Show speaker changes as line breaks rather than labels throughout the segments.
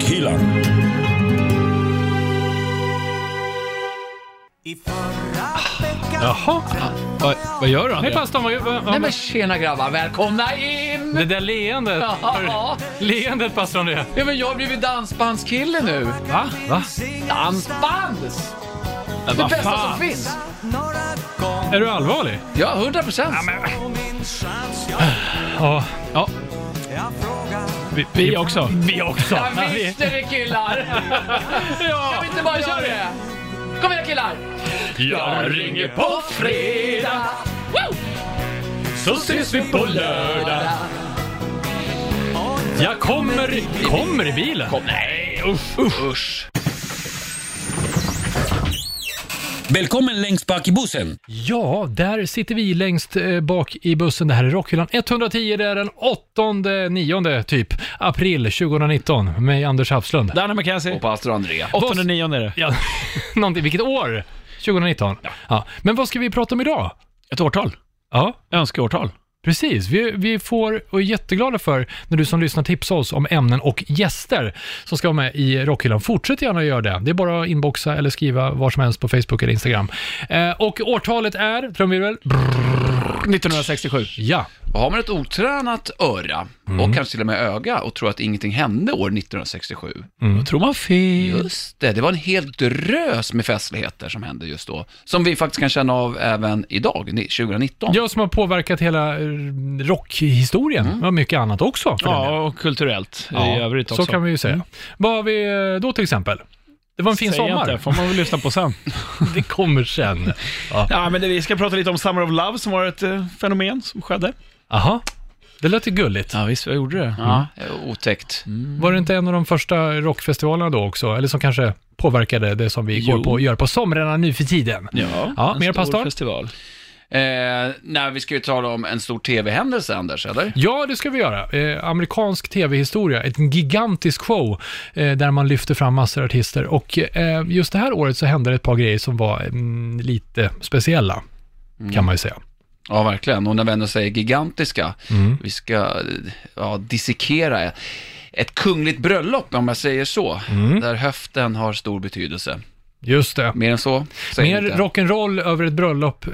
Dylan.
Jaha.
Vad, vad gör han?
Hej pastorn, vad, vad,
Nej
vad,
men tjena grabbar, välkomna in!
det där leendet.
Ja.
Leendet pastorn det.
Ja men jag har blivit dansbandskille nu.
Va? Va?
Dansband!
Men
Det
vad
bästa
fan?
som finns!
Är du allvarlig?
Ja, 100 procent.
Ja. ja. Vi, vi också. Vi också.
Ja, visst är det killar!
Ja,
Kan vi inte bara
nu
göra
kör vi.
det? Kom igen killar!
Jag ringer på fredag,
Woo!
så ses vi på lördag. Jag kommer, kommer i bilen. Kom, nej, usch, usch.
Välkommen längst bak i bussen.
Ja, där sitter vi längst eh, bak i bussen. Det här är Rockhyllan 110. Det är den 8, 9 typ, april 2019. Med mig, Anders Hafslund.
Danne McKenzie.
pastor André.
Åttonde, nionde är det.
Ja, någonting. Vilket år? 2019. Ja. Men vad ska vi prata om idag?
Ett årtal.
Ja,
Önskeårtal.
precis. Vi, vi får och är jätteglada för när du som lyssnar tipsar oss om ämnen och gäster som ska vara med i Rockhyllan. Fortsätt gärna att göra det. Det är bara att inboxa eller skriva var som helst på Facebook eller Instagram. Eh, och årtalet är, trumvirvel, brr,
1967.
ja.
Och har man ett otränat öra och kanske till och med öga och tror att ingenting hände år 1967.
Då Mm. tror man fel.
Just det, det var en hel drös med festligheter som hände just då. Som vi faktiskt kan känna av även idag, ni- 2019.
Jag som har påverkat hela eh, rockhistorien, och mycket annat också. För den delen.
Mm. Ja, och kulturellt i övrigt också. Mm.
Så kan vi ju säga. Vad har vi eh, då till exempel? Det var en fin
Säg
sommar.
Inte, får man väl lyssna på sen.
Det kommer sen. Ja.
ja, men det, vi ska prata lite om Summer of Love som var ett eh, fenomen som skedde.
Aha. Det lät ju gulligt.
Ja, visst, jag gjorde det.
Ja, otäckt.
Var det inte en av de första rockfestivalerna då också? Eller som kanske påverkade det som vi går
Jo.
på gör på somrarna nu för tiden?
Ja,
Ja,
en
mer
stor
pastor?
festival.
Eh, nej, vi ska ju tala om en stor tv-händelse, Anders, eller?
Ja, det ska vi göra. Eh, amerikansk tv-historia, ett gigantisk show eh, där man lyfter fram massor av artister. Och eh, just det här året så hände det ett par grejer som var mm, lite speciella,
Mm.
kan man ju säga.
Ja, verkligen. Och när vi ändå säger gigantiska, vi ska eh, ja, dissekera ett kungligt bröllop, om jag säger så, där höften har stor betydelse.
Just det.
Mer än så? säger
Mer
vi inte.
rock'n'roll över ett bröllop eh,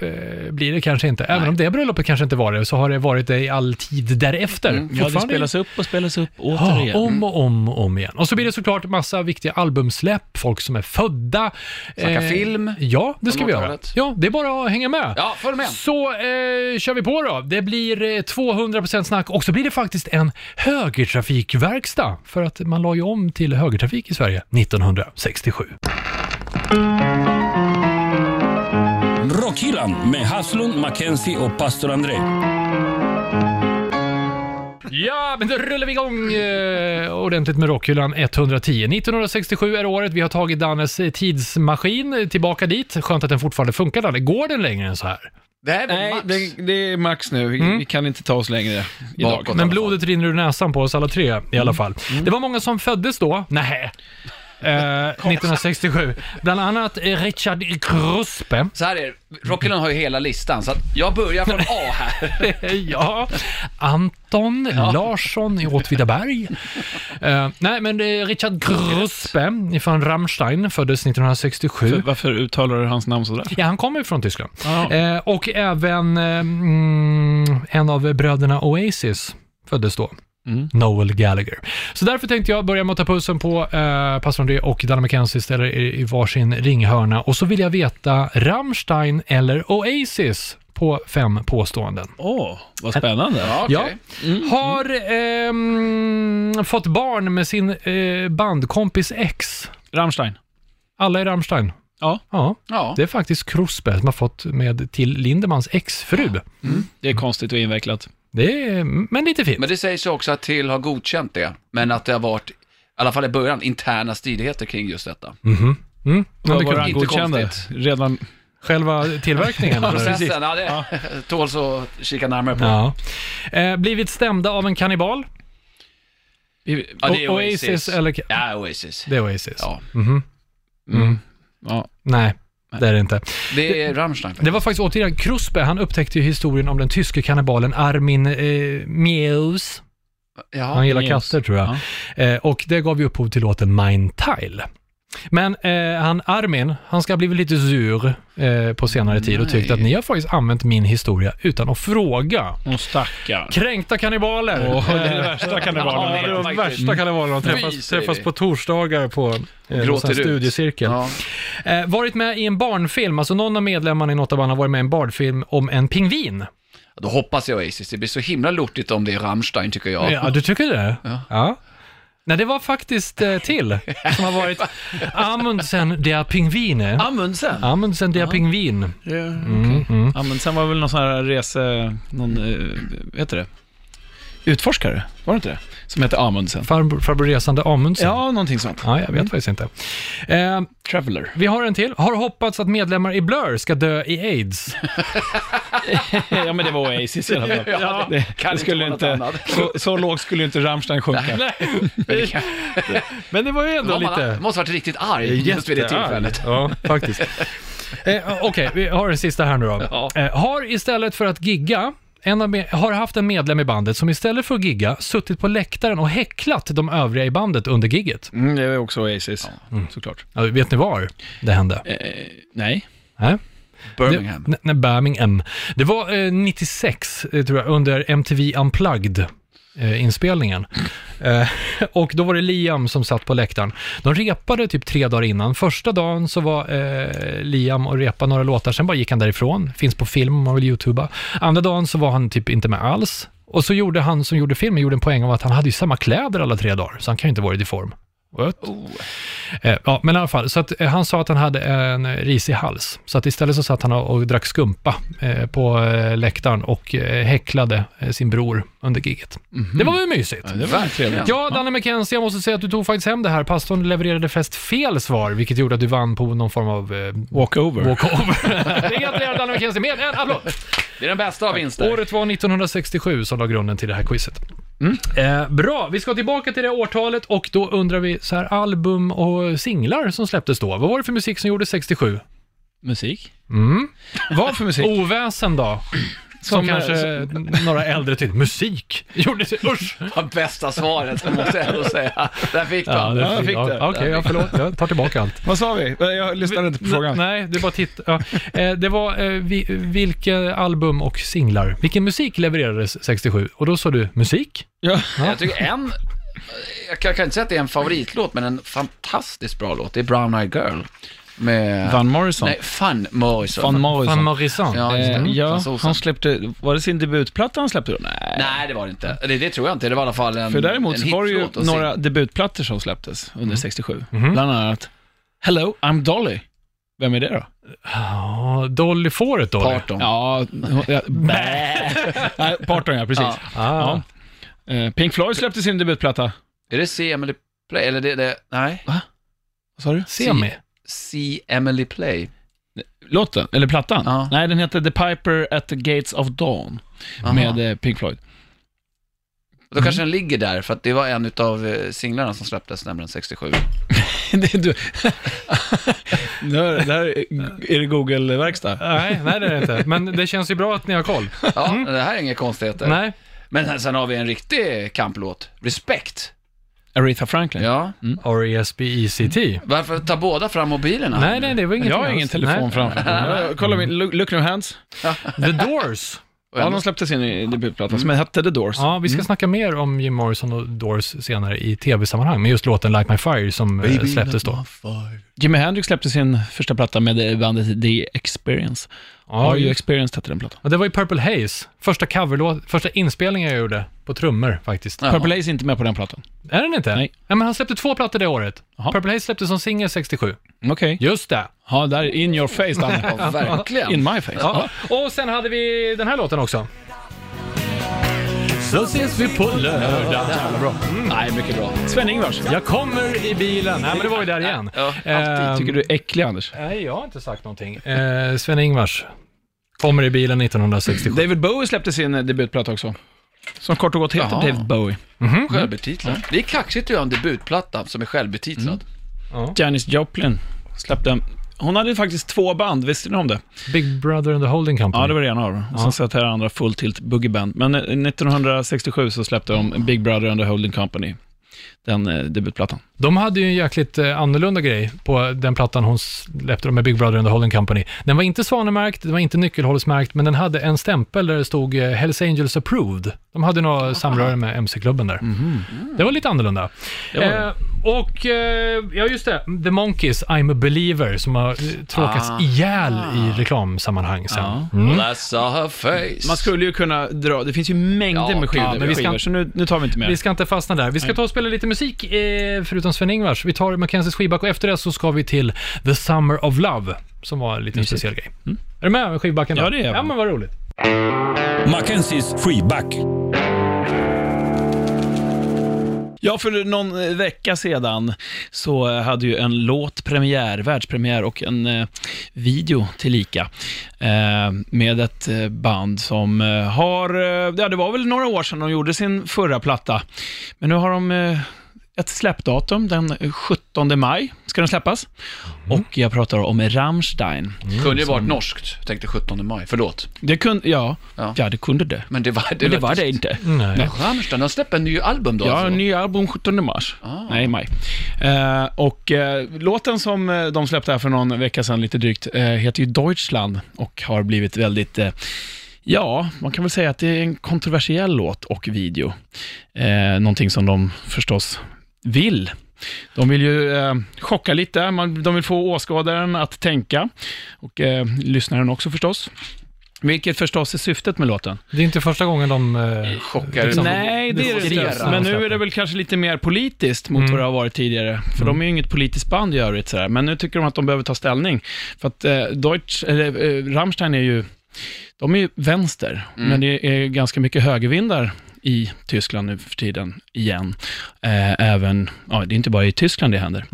blir det kanske inte. Även om det bröllopet kanske inte var det, så har det varit det i all tid därefter.
Mm. Ja, det
Fortfarande-
spelas upp och spelas upp
Ja,
återigen.
om och om och om igen. Och så blir det såklart massa viktiga albumsläpp, folk som är födda. eh,
Snacka film.
Ja, det ska vi göra.
årtalet.
Ja, det är bara att hänga med.
Ja, följ med.
Så eh, kör vi på då. Det blir eh, 200% snack och så blir det faktiskt en högertrafikverkstad. För att man la ju om till högertrafik i Sverige 1967.
Rockhyllan med Haslund, Mackenzie och pastor André.
Ja, men då rullar vi igång eh, ordentligt med Rockhyllan 110. 1967 är året. Vi har tagit Dannes eh, tidsmaskin eh, tillbaka dit. Skönt att den fortfarande funkar, Danne. Går den längre än så här?
Det här är väl
Nej,
max.
det, det är max Mm. nu. Vi, vi kan inte ta oss längre idag.
Bakåt.
Men blodet rinner ur näsan på oss alla tre i alla fall. Det var många som föddes då. Nej. Eh, 1967. Bland annat eh, Richard Kruspe.
Så här är det, Rockyland har ju hela listan, så att jag börjar från A här.
ja. Anton Larsson i Åtvidaberg. Eh, nej, men eh, Richard Kruspe från Rammstein föddes 1967.
För- Varför uttalar du hans namn sådär?
Ja, han kommer från Tyskland.
Ja.
Eh, och även eh, mm, en av bröderna Oasis föddes då. Noel Gallagher. Så därför tänkte jag börja med att ta pulsen på eh, pastor André och Danny McKenzie ställer i, i varsin ringhörna och så vill jag veta Rammstein eller Oasis på fem påståenden.
Åh, vad spännande.
Ja,
Ja.
okej.
Har ehm, fått barn med sin eh, bandkompis ex.
Rammstein.
Alla i Rammstein.
Ja.
Ja,
ja.
det är faktiskt Krosberg som har fått med till Lindemans exfru.
Det är konstigt och invecklat.
Det är, mm, men lite fint.
Men det sägs ju också att Till har godkänt det, men att det har varit, i alla fall i början, interna stridigheter kring just detta.
Mm. Men det
Vad var det
kunde,
han
inte
godkände?
konstigt.
Redan...
själva tillverkningen. eller?
Processen, ja, det tåls att kika närmare på.
Ja. Eh, blivit stämda av en kannibal.
Vi-
Ja, det är
O-
Oasis.
eller...
Ja, Oasis.
Det är Oasis.
Ja. Mm.
Mhm.
Ja.
Nej, det är det inte.
Det är Rammstein.
Det var faktiskt återigen Kruspe, han upptäckte ju historien om den tyske kannibalen Armin eh, Meus.
Ja,
Han gillar
James.
katter tror jag. Eh, och det gav ju upphov till låten Mine Tile. Men eh, han Armin, han ska ha blivit lite sur eh, på senare tid och tyckt
Nej.
att ni har faktiskt använt min historia utan att fråga.
Hon stackar.
Kränkta kannibaler!
Åh, det är
Eh,
det värsta kan det
Ja,
vara.
det är de värsta karnevalerna. Träffas,
Skit, säger
träffas
vi.
på torsdagar på eh, någon
Gråter
sån här
ut.
studiecirkel.
Ja.
Eh, varit med i en barnfilm, alltså någon av medlemmarna i något av banden har varit med i en barnfilm om en pingvin.
Då hoppas jag Oasis. Det blir så himla lortigt om det är Rammstein tycker jag.
Ja, du tycker det? Ja. Nej, det var faktiskt eh, till som har varit Amundsen der Pingvine.
Amundsen? Mm,
Amundsen der Pingvin.
Ja, okej. Amundsen var väl någon sån här rese... Någon, eh, vad heter det? Utforskare, var det inte det? Som hette Amundsen.
Farbror farbror resande Amundsen.
Ja, någonting sånt.
Ja, jag vet faktiskt inte. Eh,
Traveller.
vi har en till. Har hoppats att medlemmar i Blur ska dö i aids.
ja, men det var Oasis i alla fall.
Ja,
det,
kan
det skulle
inte vara
inte,
något annat.
så, så lågt skulle ju inte Rammstein sjunka.
Men det var ju ändå
Var man-
lite...
måste ha varit riktigt arg just vid det tillfället.
Ja, faktiskt. Eh, Okej, vi har den sista här nu då. Eh, har istället för att gigga, en av med, har haft en medlem i bandet som istället för att gigga suttit på läktaren och häcklat de övriga i bandet under gigget.
Mm, det var också Oasis, såklart.
Ja, vet ni var det hände?
Eh, nej.
Nej?
Birmingham.
Det, nej, Birmingham. Det var eh, 96, eh, tror jag, under MTV Unplugged. eh, inspelningen. Eh, och då var det Liam som satt på läktaren. De repade typ tre dagar innan. Första dagen så var eh, Liam och repa några låtar, sen bara gick han därifrån. Finns på film om man vill youtuba. Andra dagen så var han typ inte med alls. Och så gjorde han som gjorde filmen, gjorde en poäng av att han hade ju samma kläder alla tre dagar, så han kan ju inte varit i form. What?
Oh.
Eh, ja, men i alla fall, så att, eh, han sa att han hade en eh, risig hals. Så att istället så satt han och, och drack skumpa eh, på eh, läktaren och eh, häcklade eh, sin bror under giget. Det var väl mysigt?
Det var trevligt. Mhm. Ja.
Ja, Danne McKenzie, jag måste säga att du tog faktiskt hem det här. Pastorn levererade fest fel svar, vilket gjorde att du vann på någon form av eh,
Walkover.
walkover. Vi gratulerar Danne McKenzie med en applåd!
Det är den bästa av vinster.
Året var 1967 som la grunden till det här quizet. Eh, bra, vi ska tillbaka till det årtalet och då undrar vi så här, album och singlar som släpptes då. Vad var det för musik som gjordes 67?
Musik?
Mm.
Vad för musik?
Oväsen då? Som,
Som, eh,
kanske några äldre tyckte, musik gjordes, usch!
Det bästa svaret, det måste jag ändå säga. Där fick du
Ja,
han.
det,
jag fick
ja,
det.
Okej, ja, förlåt, jag tar tillbaka allt.
Vad sa vi? Eh, Jag lyssnade inte på frågan.
Nej, du bara titt. Ja. Eh, Det var eh, vi, vilka album och singlar. Vilken musik levererades 67? Och då sa du musik.
Ja.
Jag tycker en... Jag kan, jag kan inte säga att det är en favoritlåt, men en fantastiskt bra låt. Det är Brown Eyed Girl. Med...
Van Morrison.
Nej, Mm. Van Morrison.
Van Morrison.
Van Morrison.
Ja, just det.
Eh, ja,
Fransosen.
han släppte, var det sin debutplatta han släppte då? Nej.
Nej, det var det inte. Det, det tror jag inte. Det var i alla fall en
För däremot
en
så var det ju
hitlåt och
några debutplattor som släpptes under 67. Bland annat Hello, I'm Dolly. Vem är det då?
Ja, Dolly Fåret då? eller?
Parton.
Ja, hon- ja, bä. Nej, Parton ja, precis.
Ja.
Ah.
Eh, Pink Floyd släppte sin debutplatta.
Är det See Emily Play? Eller det, det nej.
Vad sa du?
Semi.
See Emily Play.
Låten, eller plattan?
Ja.
Nej, den heter The Piper at the Gates of Dawn
Aha.
med eh, mm. Pink Floyd.
Då kanske den ligger där, för att det var en av singlarna som släpptes, nämligen 67.
Det är du. Nu är det här är det Google-verkstad.
Nej, nej det är det inte. Men det känns ju bra att ni har koll.
Ja,
Mm.
det här är inga konstigheter.
Nej.
Men sen, sen har vi en riktig kamplåt, Respect.
Aretha Franklin.
Ja.
Mm. E
R-E-S-B-E-C-T.
Varför ta båda fram mobilerna?
Nej, nej, det var inget.
Jag har
alls.
ingen telefon
Nej.
framför mig. Jag- Kolla min, look, look no hands.
The Doors.
Ja,
Ja, de släppte sin i- debutplatta som hette The Doors.
Ja, vi ska snacka mer om Jim Morrison och Doors senare i tv-sammanhang, men just låten Like My Fire som eh, släpptes då.
Jimi Hendrix släppte sin första platta med det bandet The Experience.
Ja,
Are You
just-
Experienced hette den plattan.
Ja, det var ju Purple Haze. Första coverlåt, första inspelningen jag gjorde på trummor faktiskt.
Ja.
Purple Haze är inte med på den plattan.
Är den inte?
Nej.
Ja, men han släppte två plattor det året.
Jaha.
Purple Haze släpptes som singel 67.
Okej.
Just det.
Ja, där är in your face, Danne.
Ja, verkligen.
In my face.
Ja. Och sen hade vi den här låten också. Så ses vi på lördag.
Nej, mycket bra. Sven-Ingvars.
Jag kommer i bilen. Nej, men det var ju där igen.
Ja,
Ehm,
Alltid tycker du är äcklig, Anders.
Nej, jag har inte sagt någonting. Eh, Sven-Ingvars. Kommer i bilen 1967.
David Bowie släppte sin eh, debutplatta också. Som kort och gott heter
Jaha.
David Bowie.
Självbetitlad. Det
Mm.
är kaxigt att göra en debutplatta som är självbetitlad.
Janis Joplin släppte Hon hade ju faktiskt två band, visste ni om det?
Big Brother and the Holding Company.
Ja, det var det ena av dem. Och sen satt här andra full tilt boogie band. Men eh, 1967 så släppte de Big Brother and the Holding Company, den eh, debutplattan.
De hade ju en jäkligt eh, annorlunda grej på den plattan hon släppte med Big Brother and the Holding Company. Den var inte Svanemärkt, den var inte Nyckelhålsmärkt, men den hade en stämpel där det stod eh, Hells Angels Approved. De hade något samröre med MC-klubben där. Det var lite annorlunda.
var Mhm. det.
Eh, och, eh, ja just det, The Monkeys, I'm a Believer, som har eh, tråkats
Ah.
ihjäl i reklamsammanhang sen. Mm.
Well, I saw her face.
Man skulle ju kunna dra, det finns ju mängder
Ja,
med skivor,
ja,
men vi ska-
skivor så nu, nu tar vi inte mer.
Vi ska inte fastna där. Vi ska ta och spela lite musik, eh, förutom Sven-Ingvars. Vi tar Mackenzies skivback och efter det så ska vi till The Summer of Love, som var en liten speciell grej. Är du med med skivbacken? då?
Mm. Ja, det är jag.
Ja, men vad roligt.
Mackenzies freeback.
Ja, för någon eh, vecka sedan så eh, hade ju en låt premiär, världspremiär och en eh, video tillika eh, med ett eh, band som eh, har, eh, ja det var väl några år sedan de gjorde sin förra platta, men nu har de eh, ett släppdatum, den 17 maj ska den släppas. Och jag pratar om Rammstein.
kunde ju varit norskt, tänkte 17 maj. Förlåt.
Det kunde, ja,
Ja.
ja. det kunde det.
Men det var det.
Men det var det inte.
Nej.
Rammstein, de släpper en ny album då
Ja,
alltså.
ny album 17 mars.
Ah.
Nej, maj. Eh, och eh, låten som eh, de släppte här för någon vecka sedan, lite drygt, eh, heter ju Deutschland och har blivit väldigt eh, Ja, man kan väl säga att det är en kontroversiell låt och video. Eh, någonting som de förstås vill. De vill ju eh, chocka lite, man, de vill få åskådaren att tänka och eh, lyssnaren också förstås. Vilket förstås är syftet med låten.
Det är inte första gången de... Eh,
Chockar.
liksom-
Nej, det Mm. är det
Skrivs
inte.
när
Men
de
nu är det
släpper.
väl kanske lite mer politiskt mot vad det har varit tidigare. För de är ju inget politiskt band i övrigt sådär. Men nu tycker de att de behöver ta ställning. För att eh, Deutsch, eller, eh, Rammstein är ju, de är ju vänster. Men det är ganska mycket högervindar i Tyskland nu för tiden, igen. Eh, även, ja, det är inte bara i Tyskland det händer.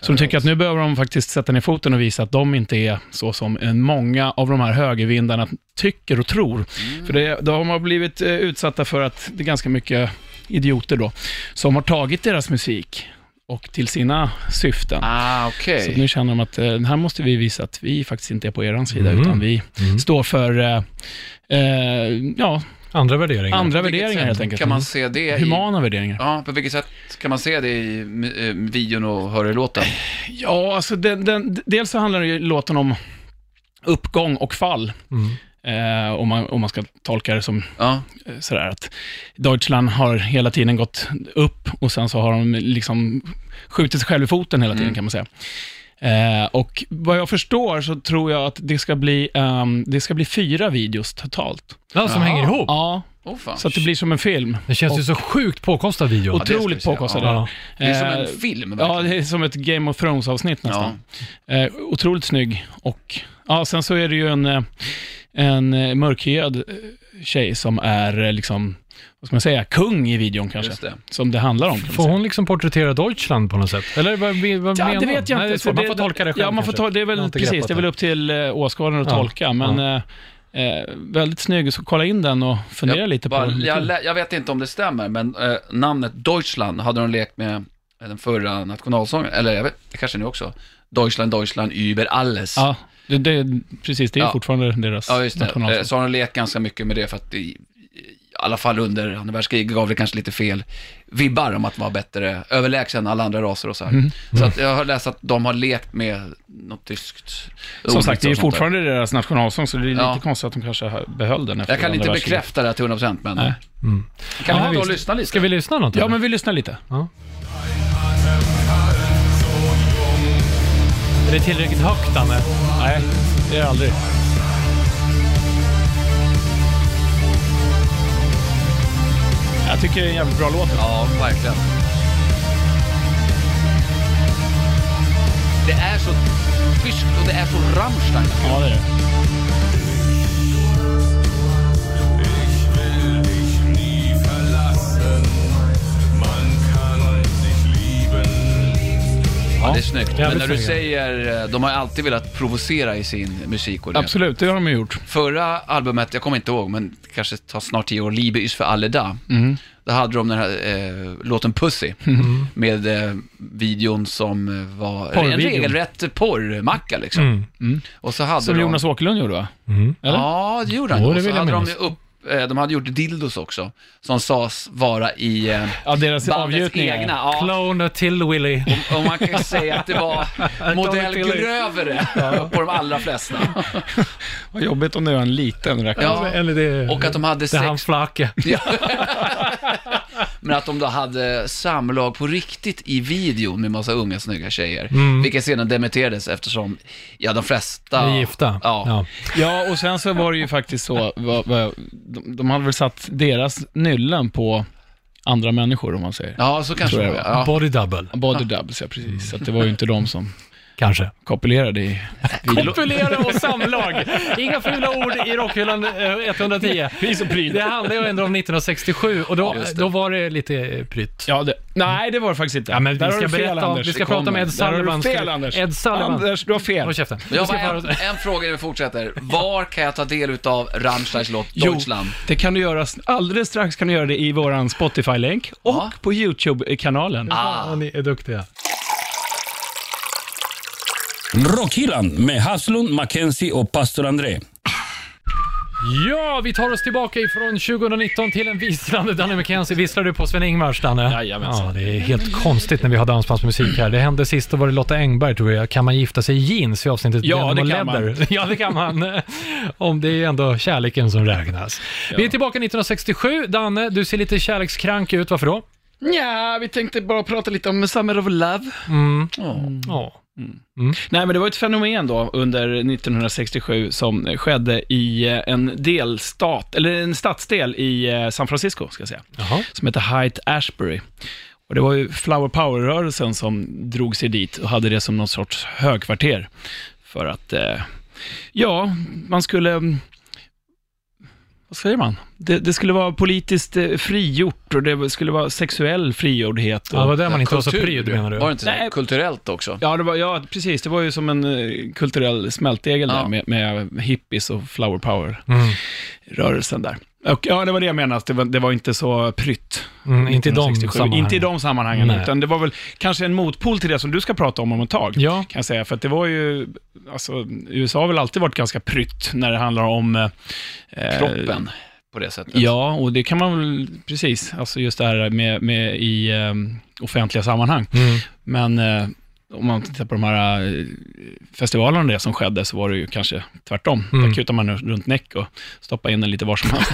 Så de tycker att nu behöver de faktiskt sätta ner foten och visa att de inte är så som eh, många av de här högervindarna tycker och tror.
Mm.
För det, då har man blivit eh, utsatta för att det är ganska mycket idioter då, som har tagit deras musik och till sina syften.
Ah, okej.
Så att nu känner de att eh, här måste vi visa att vi faktiskt inte är på er sida, utan vi står för eh, eh, ja,
andra värderingar.
andra
På vilket
värderingar
sätt
helt enkelt.
Kan
Mm.
man se det i...
Humana värderingar.
Ja, på vilket sätt kan man se det i eh, videon och höra i låten?
Ja, alltså den, den, dels så handlar ju låten om uppgång och fall.
Mm.
Eh, om, man, om man ska tolka det som
Ja,
eh, sådär att Deutschland har hela tiden gått upp och sen så har de liksom skjutit sig själv i foten hela
Mm.
tiden kan man säga. Eh, och vad jag förstår så tror jag att det ska bli, ehm, det ska bli fyra videos totalt.
Ja, som hänger ihop.
Ja,
oh, fan.
så att det blir som en film.
Det känns ju så sjukt påkostad video.
det ska vi
Otroligt
se.
påkostad.
Ja.
Det är som en
Eh,
film
Ja,
verkligen.
det är som ett Game of Thrones-avsnitt nästan. Eh, otroligt snygg och, ja, sen så är det ju en, eh, en eh, mörkhyad eh, tjej som är eh, liksom, vad ska man säga, kung i videon kanske.
Just det.
Som det handlar om. Kan man
Får
säga.
hon liksom porträttera Deutschland på något sätt? Eller vad, vad vad
Ja,
menar
det
hon?
vet jag
Nej,
inte.
det är
så
svårt. man får tolka det själv
Ja, man får
kanske.
ta, det är
Jag har
väl,
inte
precis,
greppat
det är väl upp till eh, åskådaren att
Ja.
tolka, men eh, eh, väldigt snygg, så kolla in den och fundera lite på
Bara,
den.
jag, lä- jag vet inte om det stämmer, men eh, namnet Deutschland hade de lekt med den förra nationalsången, eller jag vet, det kanske nu också. Deutschland, Deutschland, über alles.
Ja, det, det, precis, det är
Ja.
fortfarande deras
Ja, just det. Eh,
nationalsång.
Så har de lekt ganska mycket med det för att det, i alla fall under andra världskriget gav det kanske lite fel vibbar om att vara bättre, överlägsen alla andra raser och så här.
Mm,
Så att jag har läst att de har lekt med något tyskt
Som
ord
sagt, det är
och
ju
sånt där.
fortfarande deras nationalsång, så det är lite
Ja.
konstigt att de kanske har- behöll den efter
Jag kan
andra
inte
världskriget.
bekräfta det här till 100% men
Nej. Mm.
kan
Ja,
vi ta och
visst.
lyssna lite?
Ska vi lyssna något?
Ja,
eller?
men vi lyssnar lite.
Är det tillräckligt högt, Danne?
Nej, det är det aldrig. Jag tycker det är en jävligt bra låt.
Ja, verkligen. Det är så tyskt och det är så Rammstein.
Ja, det är det.
Ich will dich nie verlassen. Man kann sich lieben.
Ja, det är jävligt snyggt.
Jävligt
Men när du
snygga.
säger, eh, de har ju alltid velat provocera i sin musik och det.
Absolut, det har de ju gjort.
Förra albumet, jag kommer inte ihåg, men det kanske tar snart tio år, Liebe ist för alle da.
Mm.
Då hade de den här eh, låten Pussy, med eh, videon som eh, var en
Porrvideon.
regelrätt porrmacka liksom.
Mm.
Och så hade
Som
de...
Jonas Åkerlund gjorde va? eller?
Ja, det gjorde han.
Jo, det
och så
vill jag
hade de ju
minnas.
upp, eh, de hade gjort dildos också, som sades vara i eh,
Alltså,
Ja, deras
bandets
avgjutningar.
egna. Ja,
Clone till Willy.
och man kan säga att det var
till dig.
modellgrövre på de allra flesta.
Vad jobbigt om det var en liten rackare.
Ja,
Eller det,
och att de hade
det är han
sex,
Flake.
men att de då hade samlag på riktigt i videon med massa unga snygga tjejer. Vilket sedan dementerades eftersom, ja de flesta...
Mm. Är gifta.
Ja.
Ja, och sen så var det ju faktiskt så, vad, vad, de, de hade väl satt deras nyllen på andra människor om man säger.
Ja, så kanske
Tror
det
jag
var.
det
Ja.
Body double,
Body doubles, ja precis. Så att det var ju inte de som
kanske.
kopulerade i...
Populera och samlag. Inga fula ord i Rockhyllan eh, 110.
Pris och pryd.
Det handlar ju ändå om 1967 och då, då var det lite eh, prytt.
Ja, det, nej, det var det faktiskt inte.
Ja, men
Där
vi
har
ska,
du fel,
berätta om,
Anders.
vi ska
Det
prata
kommer.
med Ed
Där har du
Sullivan.
fel,
Ska-
Anders.
Ed Sullivan.
Anders, du har fel.
Håll käften.
Jag
Vi
har
ska
bara en,
bara-
en fråga innan vi fortsätter. Var kan jag ta del utav Rammsteins låt
Jo,
Deutschland?
det kan du göra. Alldeles strax kan du göra det i våran Spotify-länk och
Ja.
på YouTube-kanalen.
Ja, ni är duktiga.
Rockhyllan med Haslund, Mackenzie och pastor André.
Ja, vi tar oss tillbaka ifrån 2019 till en vislande Danny McKenzie. Visslar du på Sven-Ingvars, Danne?
Jajamensan.
Ja, det är helt konstigt när vi har dansbandsmusik här. Det hände sist, då var det Lotta Engberg tror jag. Kan man gifta sig i jeans i avsnittet
Ja,
Denim
det
och
kan
Leather?
man.
Ja, det kan man. Om det är ändå kärleken som räknas. Vi är tillbaka 1967. Danne, du ser lite kärlekskrank ut. Varför då?
Ja, vi tänkte bara prata lite om Summer of Love.
Ja.
Nej, men det var ett fenomen då under 1967 som skedde i eh, en delstat, eller en stadsdel i eh, San Francisco, ska jag säga,
Jaha.
som heter Height Ashbury. Och det var ju Flower Power-rörelsen som drog sig dit och hade det som någon sorts högkvarter för att, eh, ja, man skulle, mm, vad säger man? Det, det skulle vara politiskt eh, frigjort och det skulle vara sexuell frigjordhet. Och,
Ja, det var där man inte var så
Kultur,
pryd menar du?
Var det inte
Nej.
så? Kulturellt också?
Ja, det var, ja, precis. Det var ju som en eh, kulturell smältdegel
Ja.
där med, med hippies och flower
Mm.
power-rörelsen där. Och, ja, det var det jag menade, att det var, det var inte så prytt.
Mm, inte i de
1967.
sammanhangen.
Inte i de sammanhangen,
Nej.
utan det var väl kanske en motpol till det som du ska prata om om ett tag.
Ja.
Kan jag säga, för att det var ju, alltså, USA har väl alltid varit ganska prytt när det handlar om... eh,
Kroppen, på det sättet.
Ja, och det kan man väl, precis, alltså just det här med, med i eh, offentliga sammanhang.
Mm.
Men eh, om man tittar på de här eh, festivalerna och det som skedde, så var det ju kanske tvärtom.
Mm.
Där kutar man runt näck och stoppar in den lite var som helst.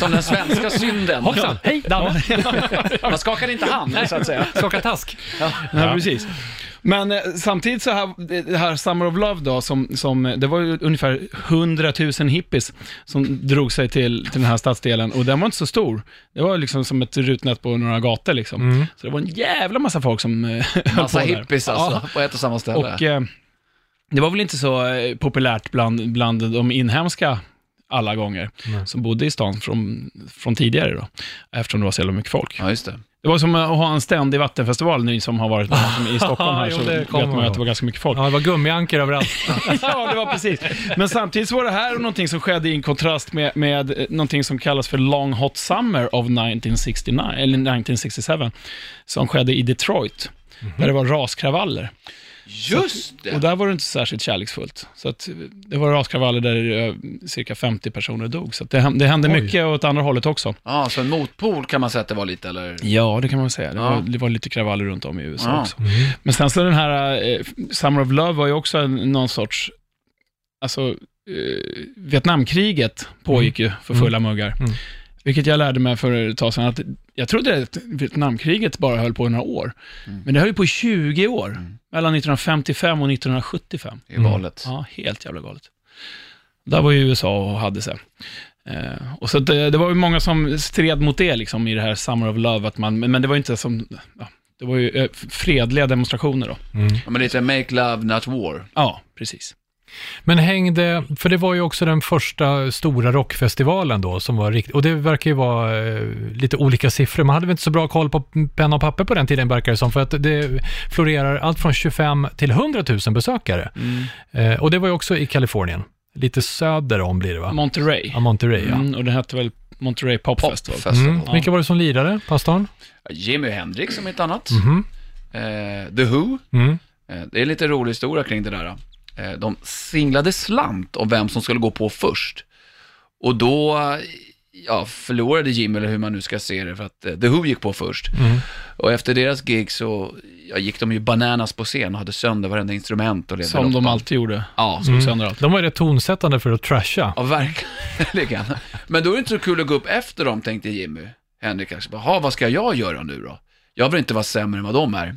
Som den svenska synden.
Hoppsan, hej Danne!
Man skakar inte hand, så att säga.
Skaka task.
ja, precis. Men eh, samtidigt så här, det här Summer of Love då, som, som, eh, det var ju ungefär 100 000 hippies som drog sig till, till den här stadsdelen och den var inte så stor. Det var liksom som ett rutnät på några gator liksom. Så det var en jävla massa folk som eh, höll
Massa
på där.
hippies
Ja.
alltså, på ett och samma ställe.
Och eh, det var väl inte så eh, populärt bland, bland de inhemska alla gånger, som bodde i stan från, från tidigare då, eftersom det var så jävla mycket folk.
ja, just det.
Det var som att ha en ständig vattenfestival, ni som har varit med i Stockholm här,
Jo,
så
det
vet
kommer
man ju
jag
att det var ganska mycket folk.
Ja, det var gummianker överallt.
ja, det var precis. Men samtidigt så var det här någonting som skedde i en kontrast med, med eh, någonting som kallas för Long Hot Summer of 1969, eller 1967, som skedde i Detroit, där det var raskravaller.
Just det!
Och där var det inte särskilt kärleksfullt. Så att eh, det var raskravaller där eh, cirka 50 personer dog. Så att det, hände- det hände
Oj.
mycket åt andra hållet också.
Ja, så en motpol kan man säga att det var lite, eller?
Ja, det kan man säga. Det,
Ja.
var, det var lite kravaller runt om i USA
Ja.
också. Men sen så den här eh, Summer of Love var ju också en, någon sorts, alltså eh, Vietnamkriget pågick ju för fulla muggar.
Mm.
Vilket jag lärde mig för ett tag sedan, att jag trodde att Vietnamkriget bara höll på i några år. Men det höll ju på i 20 år, mellan 1955 och 1975.
I
Mm.
valet.
Ja, helt jävla galet. Där var ju USA och hade sig. Eh, och så att det, det var ju många som stred mot det liksom, i det här Summer of Love, att man, men men det var ju inte som, ja, det var ju eh, fredliga demonstrationer då.
Ja, men lite make love, not war.
Ja, precis.
Men hängde, för det var ju också den första stora rockfestivalen då som var riktigt, och det verkar ju vara eh, lite olika siffror. Man hade väl inte så bra koll på penna och papper på den tiden verkar det som, för att det florerar allt från 25 till 100 000 besökare.
Mm.
Eh, och det var ju också i Kalifornien, lite söder om blir det va?
Monterey.
Ja, Monterey ja.
Mm, och den hette väl Monterey Pop, Festival.
Festival.
Mm. Vilka var det som lirade, pastorn?
Jimi Hendrix om inte annat.
Mhm.
Eh, The Who.
Mm.
Eh, det är lite rolig historia kring det där. Eh, de singlade slant om vem som skulle gå på först. Och då ja, förlorade Jimmy, eller hur man nu ska se det, för att eh, The Who gick på först. Och efter deras gig så ja, gick de ju bananas på scen och hade sönder varenda instrument och ledde
Som de
råttan.
alltid gjorde.
Ja,
Slog sönder allt.
De var ju rätt tonsättande för att trasha.
Ja, verkligen. Men då är det inte så kul att gå upp efter dem, tänkte Jimmy. Henrik kanske, jaha, vad ska jag göra nu då? Jag vill inte vara sämre än vad de är.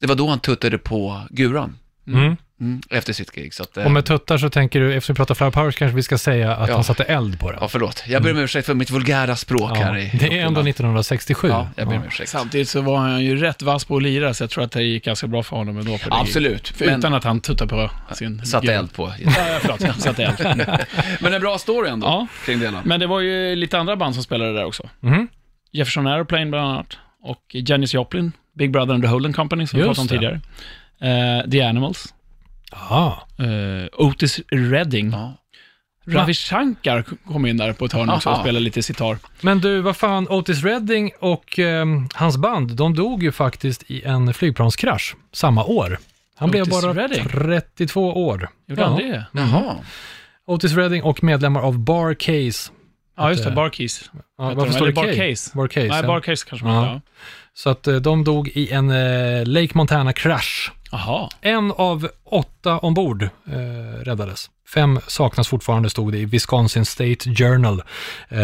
Det var då han tuttade på guran,
Mm.
mm, efter sitt gig. Så att, eh,
Och med tuttar så tänker du, eftersom vi pratar flower power så kanske vi ska säga att
Ja.
han satte eld på den.
Ja, förlåt. Jag ber om ursäkt för mitt vulgära språk
Ja,
här i
det är ändå 1967.
Ja, jag ber om ursäkt.
Samtidigt så var han ju rätt vass på att lira, så jag tror att det gick ganska bra för honom ändå. På det.
Absolut.
För-
Men
Utan att han tuttade på sin...
satte
gud.
eld på.
Ja, ja, förlåt. Satte eld.
Men en bra story ändå,
Ja.
kring det hela.
Men det var ju lite andra band som spelade där också.
Mhm.
Jefferson Airplane bland annat. Och Janis Joplin, Big Brother and the Holding Company som vi
Just
pratade om tidigare. Eh, The Animals.
Ja.
eh, Otis Redding.
Ja.
Ravi Shankar kom in där på ett hörn också och
Aha.
spelade lite sitar.
Men du, vad fan, Otis Redding och ehm, hans band, de dog ju faktiskt i en flygplanskrasch samma år. Han blev
Otis
bara
Redding?
32 år.
Gjorde
Ja.
han det?
Jaha.
Otis Redding och medlemmar av Bar Case.
Ja, just det.
Att, eh,
Barkeys.
Ja,
Heter
varför
de,
står det
eller Bar
K?
Case.
Bar Case,
Nej,
ja.
Barkeys kanske man
Ja.
ja.
Så att eh, de dog i en eh, Lake Montana-krasch.
Jaha.
En av åtta ombord eh, räddades. Fem saknas fortfarande, stod det i Wisconsin State Journal eh,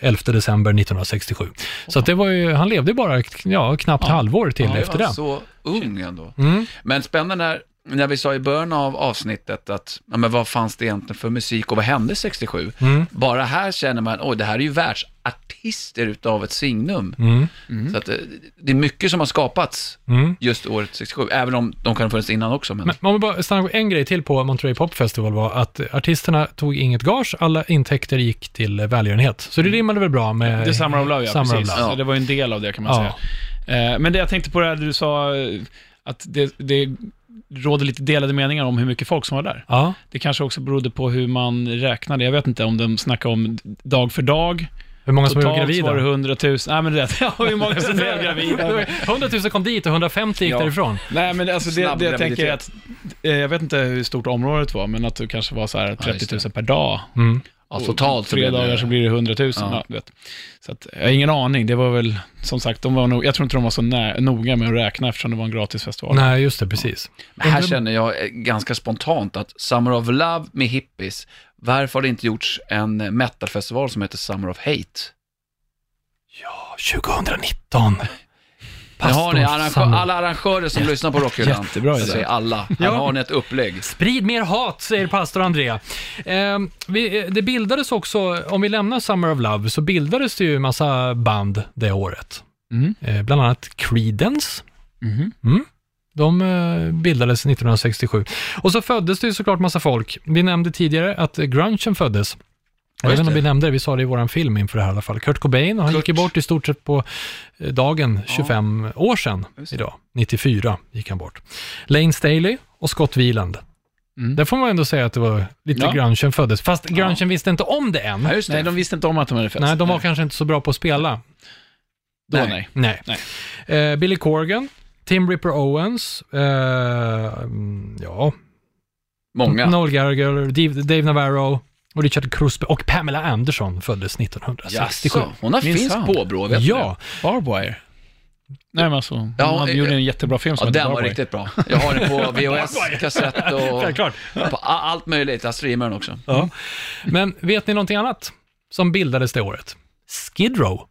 11 december 1967. Så att det var ju, han levde ju bara ja, knappt halvår till
Ja,
efter
jag var
det.
så ung ändå.
Mm.
Men spännande när, när vi sa i början av avsnittet att, ja, men vad fanns det egentligen för musik och vad hände 67?
Mm.
Bara här känner man, oj, det här är ju världsartister utav ett signum.
Mm.
Så att, eh, det är mycket som har skapats
Mm.
just året 67, även om de kan ha funnits innan också. Men,
Men om vi bara stannar på en grej till på Monterey Pop Festival var att artisterna tog inget gage, alla intäkter gick till eh, välgörenhet. Så det rimmade väl bra med...
Det är Summer of Love, ja.
Summer of
precis.
Love.
Så det var ju en del av det, kan man
Ja.
säga. Eh, Men det jag tänkte på det här du sa, eh, att det, det råder lite delade meningar om hur mycket folk som var där.
Ja.
Det kanske också berodde på hur man räknade. Jag vet inte om de snackade om dag för dag.
Hur många som blev
Totalt så
gravida?
var det 100 000. Nej, men du vet. Ja, hur många som blev gravida.
100 000 kom dit och 150 gick
Ja.
därifrån.
Nej, men alltså det,
Snabb
det jag tänker är att,
graviditet.
eh, jag vet inte hur stort området var, men att det kanske var så här
Ja, just
30
det.
000 per dag.
Mm.
ja, totalt så
Tre
blev det-
dagar så blir det 100 000.
Ja.
Ja. du vet. Så att, jag har ingen aning. Det var väl, som sagt, de var nog, jag tror inte de var så nä- noga med att räkna eftersom det var en gratisfestival.
Nej, just det, precis.
Men Här känner jag eh, ganska spontant att Summer of Love med hippies, varför har det inte gjorts en eh, metalfestival som heter Summer of Hate?
2019.
Här har ni
Pastor
arrangö-
Samuel.
alla arrangörer som lyssnar på Rockhyllan.
Jättebra
Jag
idé.
säger alla. Här
Ja.
har ni ett upplägg.
Sprid mer hat, säger pastor André. Eh, vi, eh, det bildades också, om vi lämnar Summer of Love, så bildades det ju massa band det året.
Mm.
Eh, bland annat Creedence.
Mm-hmm.
Mm. De eh, bildades 1967. Och så föddes det ju såklart massa folk. Vi nämnde tidigare att eh, grungen föddes. Jag vet
just
inte om
det.
vi nämnde det, vi sa det i vår film inför det här i alla fall. Kurt Cobain, och han
Kurt.
gick ju bort i stort sett på eh, dagen 25 år sedan idag. 94 gick han bort. Lane Staley och Scott Wieland.
Mm.
Där får man ändå säga att det var lite
Ja.
grungen föddes, fast grungen visste inte om det än.
Ja, just det.
Nej, de visste inte om att de hade fest.
Nej, de var kanske inte så bra på att spela.
Då nej.
Nej.
Nej. Eh, Billy Corgan, Tim Ripper Owens, eh, mm, ja,
Många.
Noel Gallagher, Dave, Dave Navarro och Richard Crosby och Pamela Anderson föddes 1967.
Jaså, hon har
Minns
finsk
han.
påbrå, vet du
Ja,
Barbwire. Nej, men alltså,
Ja,
han
eh,
gjorde en jättebra film som
Ja,
hette
den var
Barbwire.
riktigt bra. Jag har den på VHS, kassett och
självklart.
på a- allt möjligt. Jag streamar den också.
Ja. Men vet ni någonting annat som bildades det året? Skid Row.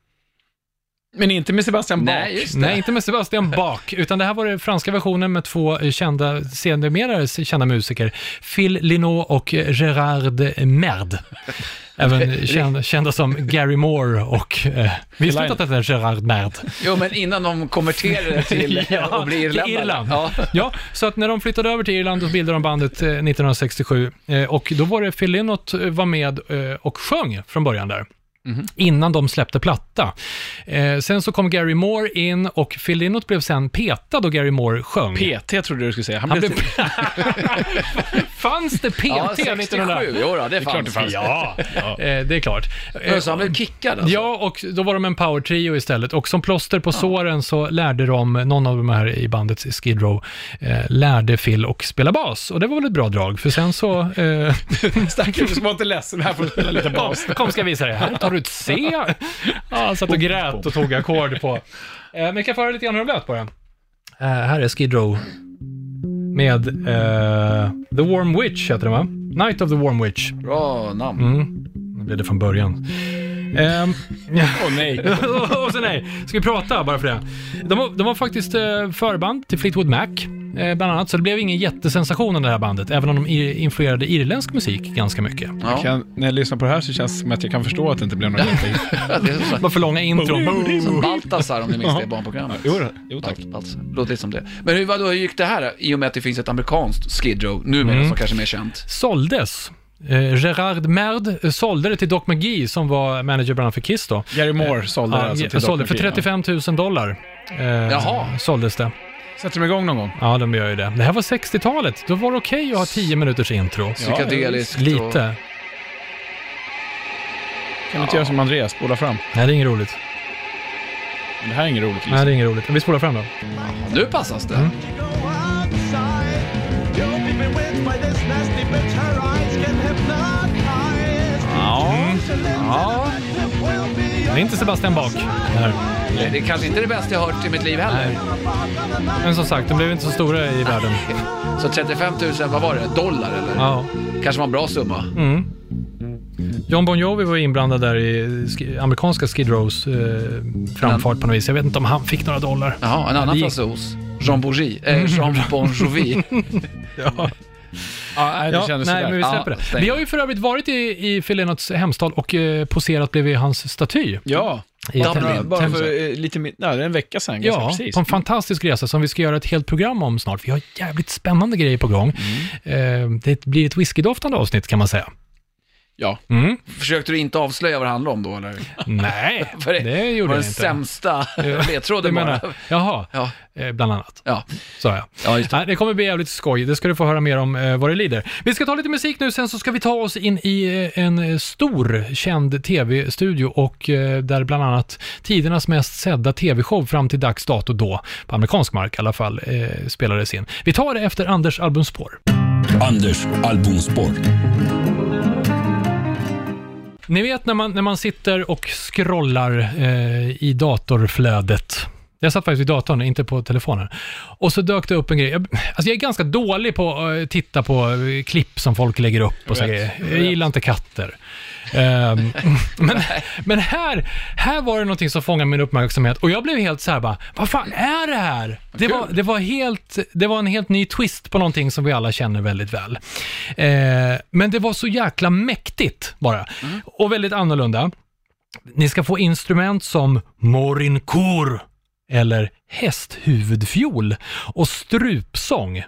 Men inte med Sebastian Bach.
Nej, just det.
Nej, inte med Sebastian Bach, utan det här var den franska versionen med två eh, kända, sedermera kända musiker, Phil Lino och eh, Gérard Merd. Även känd, kända som Gary Moore och... Eh, visste inte att det är Gerard Merd.
Jo, men innan de konverterar till
Ja,
och blir
till
irländare.
Irland.
Ja.
Ja, så att när de flyttade över till Irland då bildade de bandet eh, 1967 eh, och då var det Phil Lynott eh, var med eh, och sjöng från början där. Innan de släppte platta. Eh, sen så kom Gary Moore in och Phil Lynott blev sen petad och Gary Moore sjöng.
PT trodde du skulle säga. Han,
Han
blev... typ-
blev... Fanns det PT
Ja,
1900?
67, jodå, det fanns.
klart det fanns.
Ja, eh, det är klart. Eh,
Men Så han blev kickad alltså?
Ja, och då var de en power-trio istället. Och som plåster på såren så lärde de, någon av de här i bandet Skid Row, eh, lärde Phil och spela bas. Och det var väl ett bra drag, för sen så... Eh,
Stackare, du ska vara inte ledsen. Här får du spela lite bas.
kom ska jag visa dig, här tar du ett C. Ja, satt och grät och tog ackord på. Eh, men vi kan få höra lite grann hur de lät bara. Eh, här är Skid Row med eh, The Warm Witch, heter den va? Night of the Warm Witch.
Bra namn.
Nu blev det från början. Ehm,
Åh nej.
och så nej, ska vi prata bara för det? De var, de var faktiskt eh, förband till Fleetwood Mac, eh, bland annat, så det blev ingen jättesensation av det här bandet, även om de i- influerade irländsk musik ganska mycket.
Ja.
Kan, när jag lyssnar på det här så känns det som att jag kan förstå att det inte blev något jätte...
Det är så-
Bara för långa intron.
Som Baltasar om ni minns det barnprogrammet.
Jo då, jo tack.
Balt- Baltasar. Låter lite som det. Men hur, vadå, hur gick det här i och med att det finns ett amerikanskt Skid Row, numera,
Mm.
som kanske är mer känt?
Såldes. Eh, Gerard Merd eh, sålde det till Doc McGee som var manager bland annat för Kiss då.
Gary Moore sålde det
Ja,
alltså till
sålde
Doc
för
McGee, ja.
35 000 dollar. Eh,
Jaha.
Såldes det.
Sätter de igång någon gång?
Ja, de gör ju det. Det här var 60-talet. Då var det okej att ha 10 minuters intro.
Psykedeliskt och...
Lite.
Kan du inte göra som Andreas, spola fram?
Nej, det är inget roligt.
Men det här är inget roligt.
Nej, det är inget roligt. Vi spolar fram då.
Nu passas
Mm.
det.
Go outside. You'll be bewitched by this nasty bitch. Her eyes can hypnotize. It will be
Det är inte Sebastian Bach.
Det det är kanske inte det bästa jag har hört i mitt liv heller.
Men som sagt, de blev inte så stora i världen.
Så 35 000, vad var det, dollar eller?
Ja. Mm.
Kanske var en bra summa.
John Bon Jovi var inblandad där i sk- amerikanska Skid Rows eh, framfart på något vis. Jag vet inte om han fick några dollar.
Jaha, en annan
Det gick-
fransos. Jean Bourgie, eh, Jean Bon Jovi.
Ja, nej,
Mm.
det
Ja, nej,
kändes
men
sådär.
vi
Ja,
släpper det.
stäng.
Vi har ju för övrigt varit i, i Phil Lynotts hemstad och eh, poserat bredvid hans staty.
Ja,
I
bara,
Tem-
bara
Temse.
för eh, lite min- nej, det är en vecka sedan ganska
Ja,
precis.
på en fantastisk resa som vi ska göra ett helt program om snart. Vi har jävligt spännande grejer på gång. Eh, det blir ett whiskydoftande avsnitt kan man säga.
Ja.
Mm.
Försökte du inte avslöja vad det handlade om då eller?
Nej,
För
det,
det
gjorde
var
jag
den
inte.
sämsta
Du
ledtråden bara.
menar, jaha,
Ja.
eh, bland annat,
Ja.
sa jag.
ja, just det.
Nej, det kommer bli jävligt skoj. Det ska du få höra mer om eh, vad det lider. Vi ska ta lite musik nu, sen så ska vi ta oss in i eh, en eh, stor känd tv-studio och eh, där bland annat tidernas mest sedda tv-show fram till dags dato då, på amerikansk mark i alla fall, eh, spelades in. Vi tar det efter Anders albumspår.
Anders albumspår.
Ni vet när man, när man sitter och scrollar eh, i datorflödet. Jag satt faktiskt vid datorn, inte på telefonen. Och så dök det upp en grej. Jag, alltså jag är ganska dålig på att eh, titta på eh, klipp som folk lägger upp och så grejer. Jag gillar inte katter. Ehm, men men här, här var det någonting som fångade min uppmärksamhet och jag blev helt så här bara, vad fan är det här? Det var, det, var helt, det var en helt ny twist på någonting som vi alla känner väldigt väl. Eh, men det var så jäkla mäktigt bara och väldigt annorlunda. Ni ska få instrument som morinkor eller hästhuvudfiol och strupsång.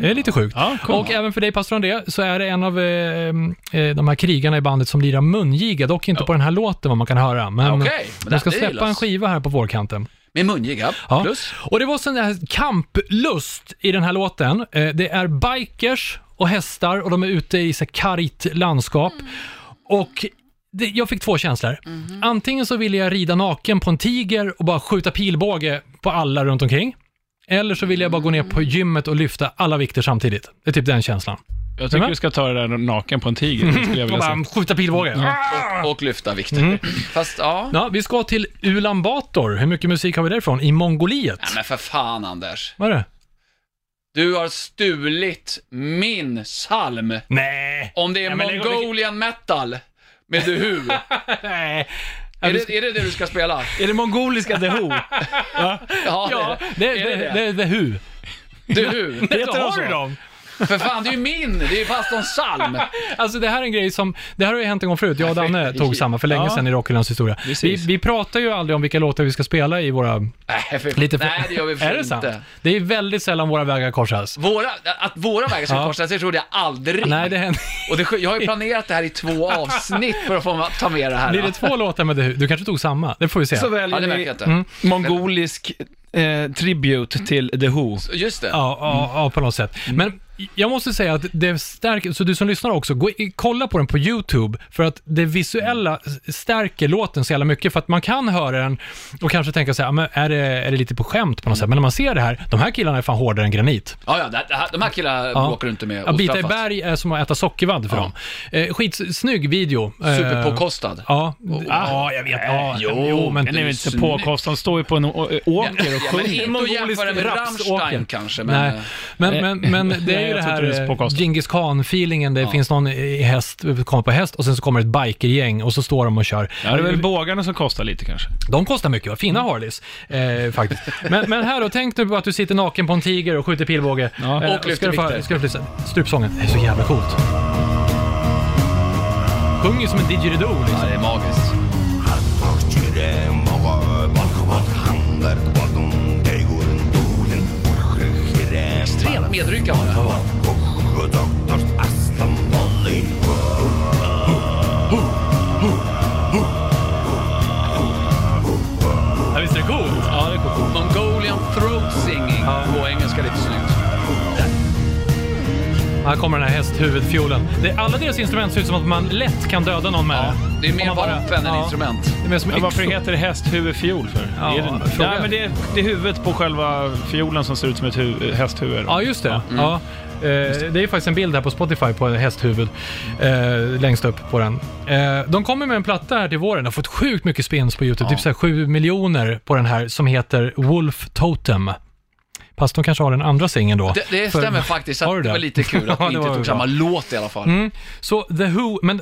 Det är lite sjukt.
Ja, cool.
Och även för dig, pastor André, så är det en av eh, eh, de här krigarna i bandet som lirar mungiga, dock inte på den här låten vad man kan höra. Men
Okej,
de
men det-
ska
det
släppa
gillas.
en skiva här på vårkanten.
Med mungiga,
Ja.
plus.
Och det var sån där kamplust i den här låten. Eh, det är bikers och hästar och de är ute i så här kargt landskap.
Mm.
Och det, jag fick två känslor.
Mhm.
Antingen så ville jag rida naken på en tiger och bara skjuta pilbåge på alla runt omkring. Eller så vill jag bara gå ner på gymmet och lyfta alla vikter samtidigt. Det är typ den känslan.
Jag tycker du ska ta det där naken på en tiger, det skulle jag
Och
vilja
bara
se.
skjuta pilbåge. Ah.
Och lyfta vikter.
Mhm.
Fast ja.
Ja, vi ska till Ulan Bator. Hur mycket musik har vi därifrån? I Mongoliet.
Nej, men för fan Anders.
Vad är det?
Du har stulit min psalm.
Nej!
Om det är
men lägg av,
Mongolian metal med The Who.
Nej.
är, det, är det det du ska spela?
Är det mongoliska The Who?
Ja,
Ja,
det
det
är det.
är The Who.
The Who.
Då har du dem.
För fan, det är ju min! Det är ju pastorns psalm.
Alltså det här är en grej som, det här har ju hänt en gång förut, jag och Danne tog samma för länge
Ja.
sedan i Rockhyllans historia. Vi,
Precis.
vi pratar ju aldrig om vilka låtar vi ska spela i våra...
Nej, för,
Lite för...
nej det gör vi för
Är det
inte.
sant? Det är väldigt sällan våra vägar korsas.
Våra, att våra vägar ska
Ja.
korsas, det trodde jag aldrig.
Nej, det händer
Och det, jag har ju planerat det här i två avsnitt för att få ta med det här.
Blir det
va?
två låtar med det? Du kanske tog samma? Det får vi se.
Så
Ja,
väljer
det märker
vi
jag inte.
Mm.
mongolisk eh, tribute till The Who.
Just det.
Ja, ja,
Mm.
ja, på något sätt. Men jag måste säga att det stärker, så du som lyssnar också, gå, i- kolla på den på YouTube, för att det
Mm.
visuella stärker låten så jävla mycket, för att man kan höra den och kanske tänka så här, "Ja, men är det, är det lite på skämt på något sätt? Men när man ser det här, de här killarna är fan hårdare än granit.
Ja, ja, det, det, här- de här killarna
Ja.
åker du inte med
Att bita i
ostraffat.
berg är som att äta sockervadd för dem. Eh, skitsnygg video. Eh,
Superpåkostad.
Ja, ja, jag vet. Ja,
jo,
men
Den är
ju
väl inte så
snygg.
påkostad, de står ju på en å- å- åker och
Ja, men
sjunger.
inte att jämföra med
rapsåker.
Rammstein kanske, men... eh,
Nej, men, men, men det är ju
Nej, eh, jag
det
tror inte det är så
här eh,
påkostat.
Djingis Khan-feelingen. Det finns någon i häst, kommer på häst och sen så kommer ett bikergäng och så står de och kör.
Ja, det är väl Mm. bågarna som kostar lite kanske.
De kostar mycket, va? fina Harleys eh, faktiskt. Men, men här då, tänk dig på att du sitter naken på en tiger och skjuter pilbåge.
Ja.
Eh,
Och lyfter
ska du få-
vikter.
ska du få lyssna. Strupsången, det är så jävla coolt. Sjunger ju som en didgeridoo liksom.
Ja, det är magiskt. Extrem medryck har han.
Ja, visst är det coolt? Ja, det är coolt.
Mongolian throat singing på engelska lite snyggt.
Här kommer den här hästhuvudfiolen. Det, alla deras instrument ser ut som att man lätt kan döda någon med det.
Det är
Om
mer
man bara-
vapen än
ja.
instrument.
Det är mer som
Men varför
exo-
heter det hästhuvudfiol för?
Ja,
är det,
fråga.
nej, men det, är, det är huvudet på själva fiolen som ser ut som ett hu, hästhuvud.
Ja, just det. Ja. Eh, Det är faktiskt en bild här på Spotify på en hästhuvud eh, längst upp på den. Eh, de kommer med en platta här till våren. De har fått sjukt mycket spins på YouTube, typ så här 7 miljoner på den här som heter Wolf Totem. Pastorn kanske har den andra singeln då.
Det, det
För-
stämmer faktiskt
Har
att
du
det var Mm. lite kul att
Ja,
vi
det
inte
var bra.
tog samma låt i alla fall.
Mm. Så The Who, men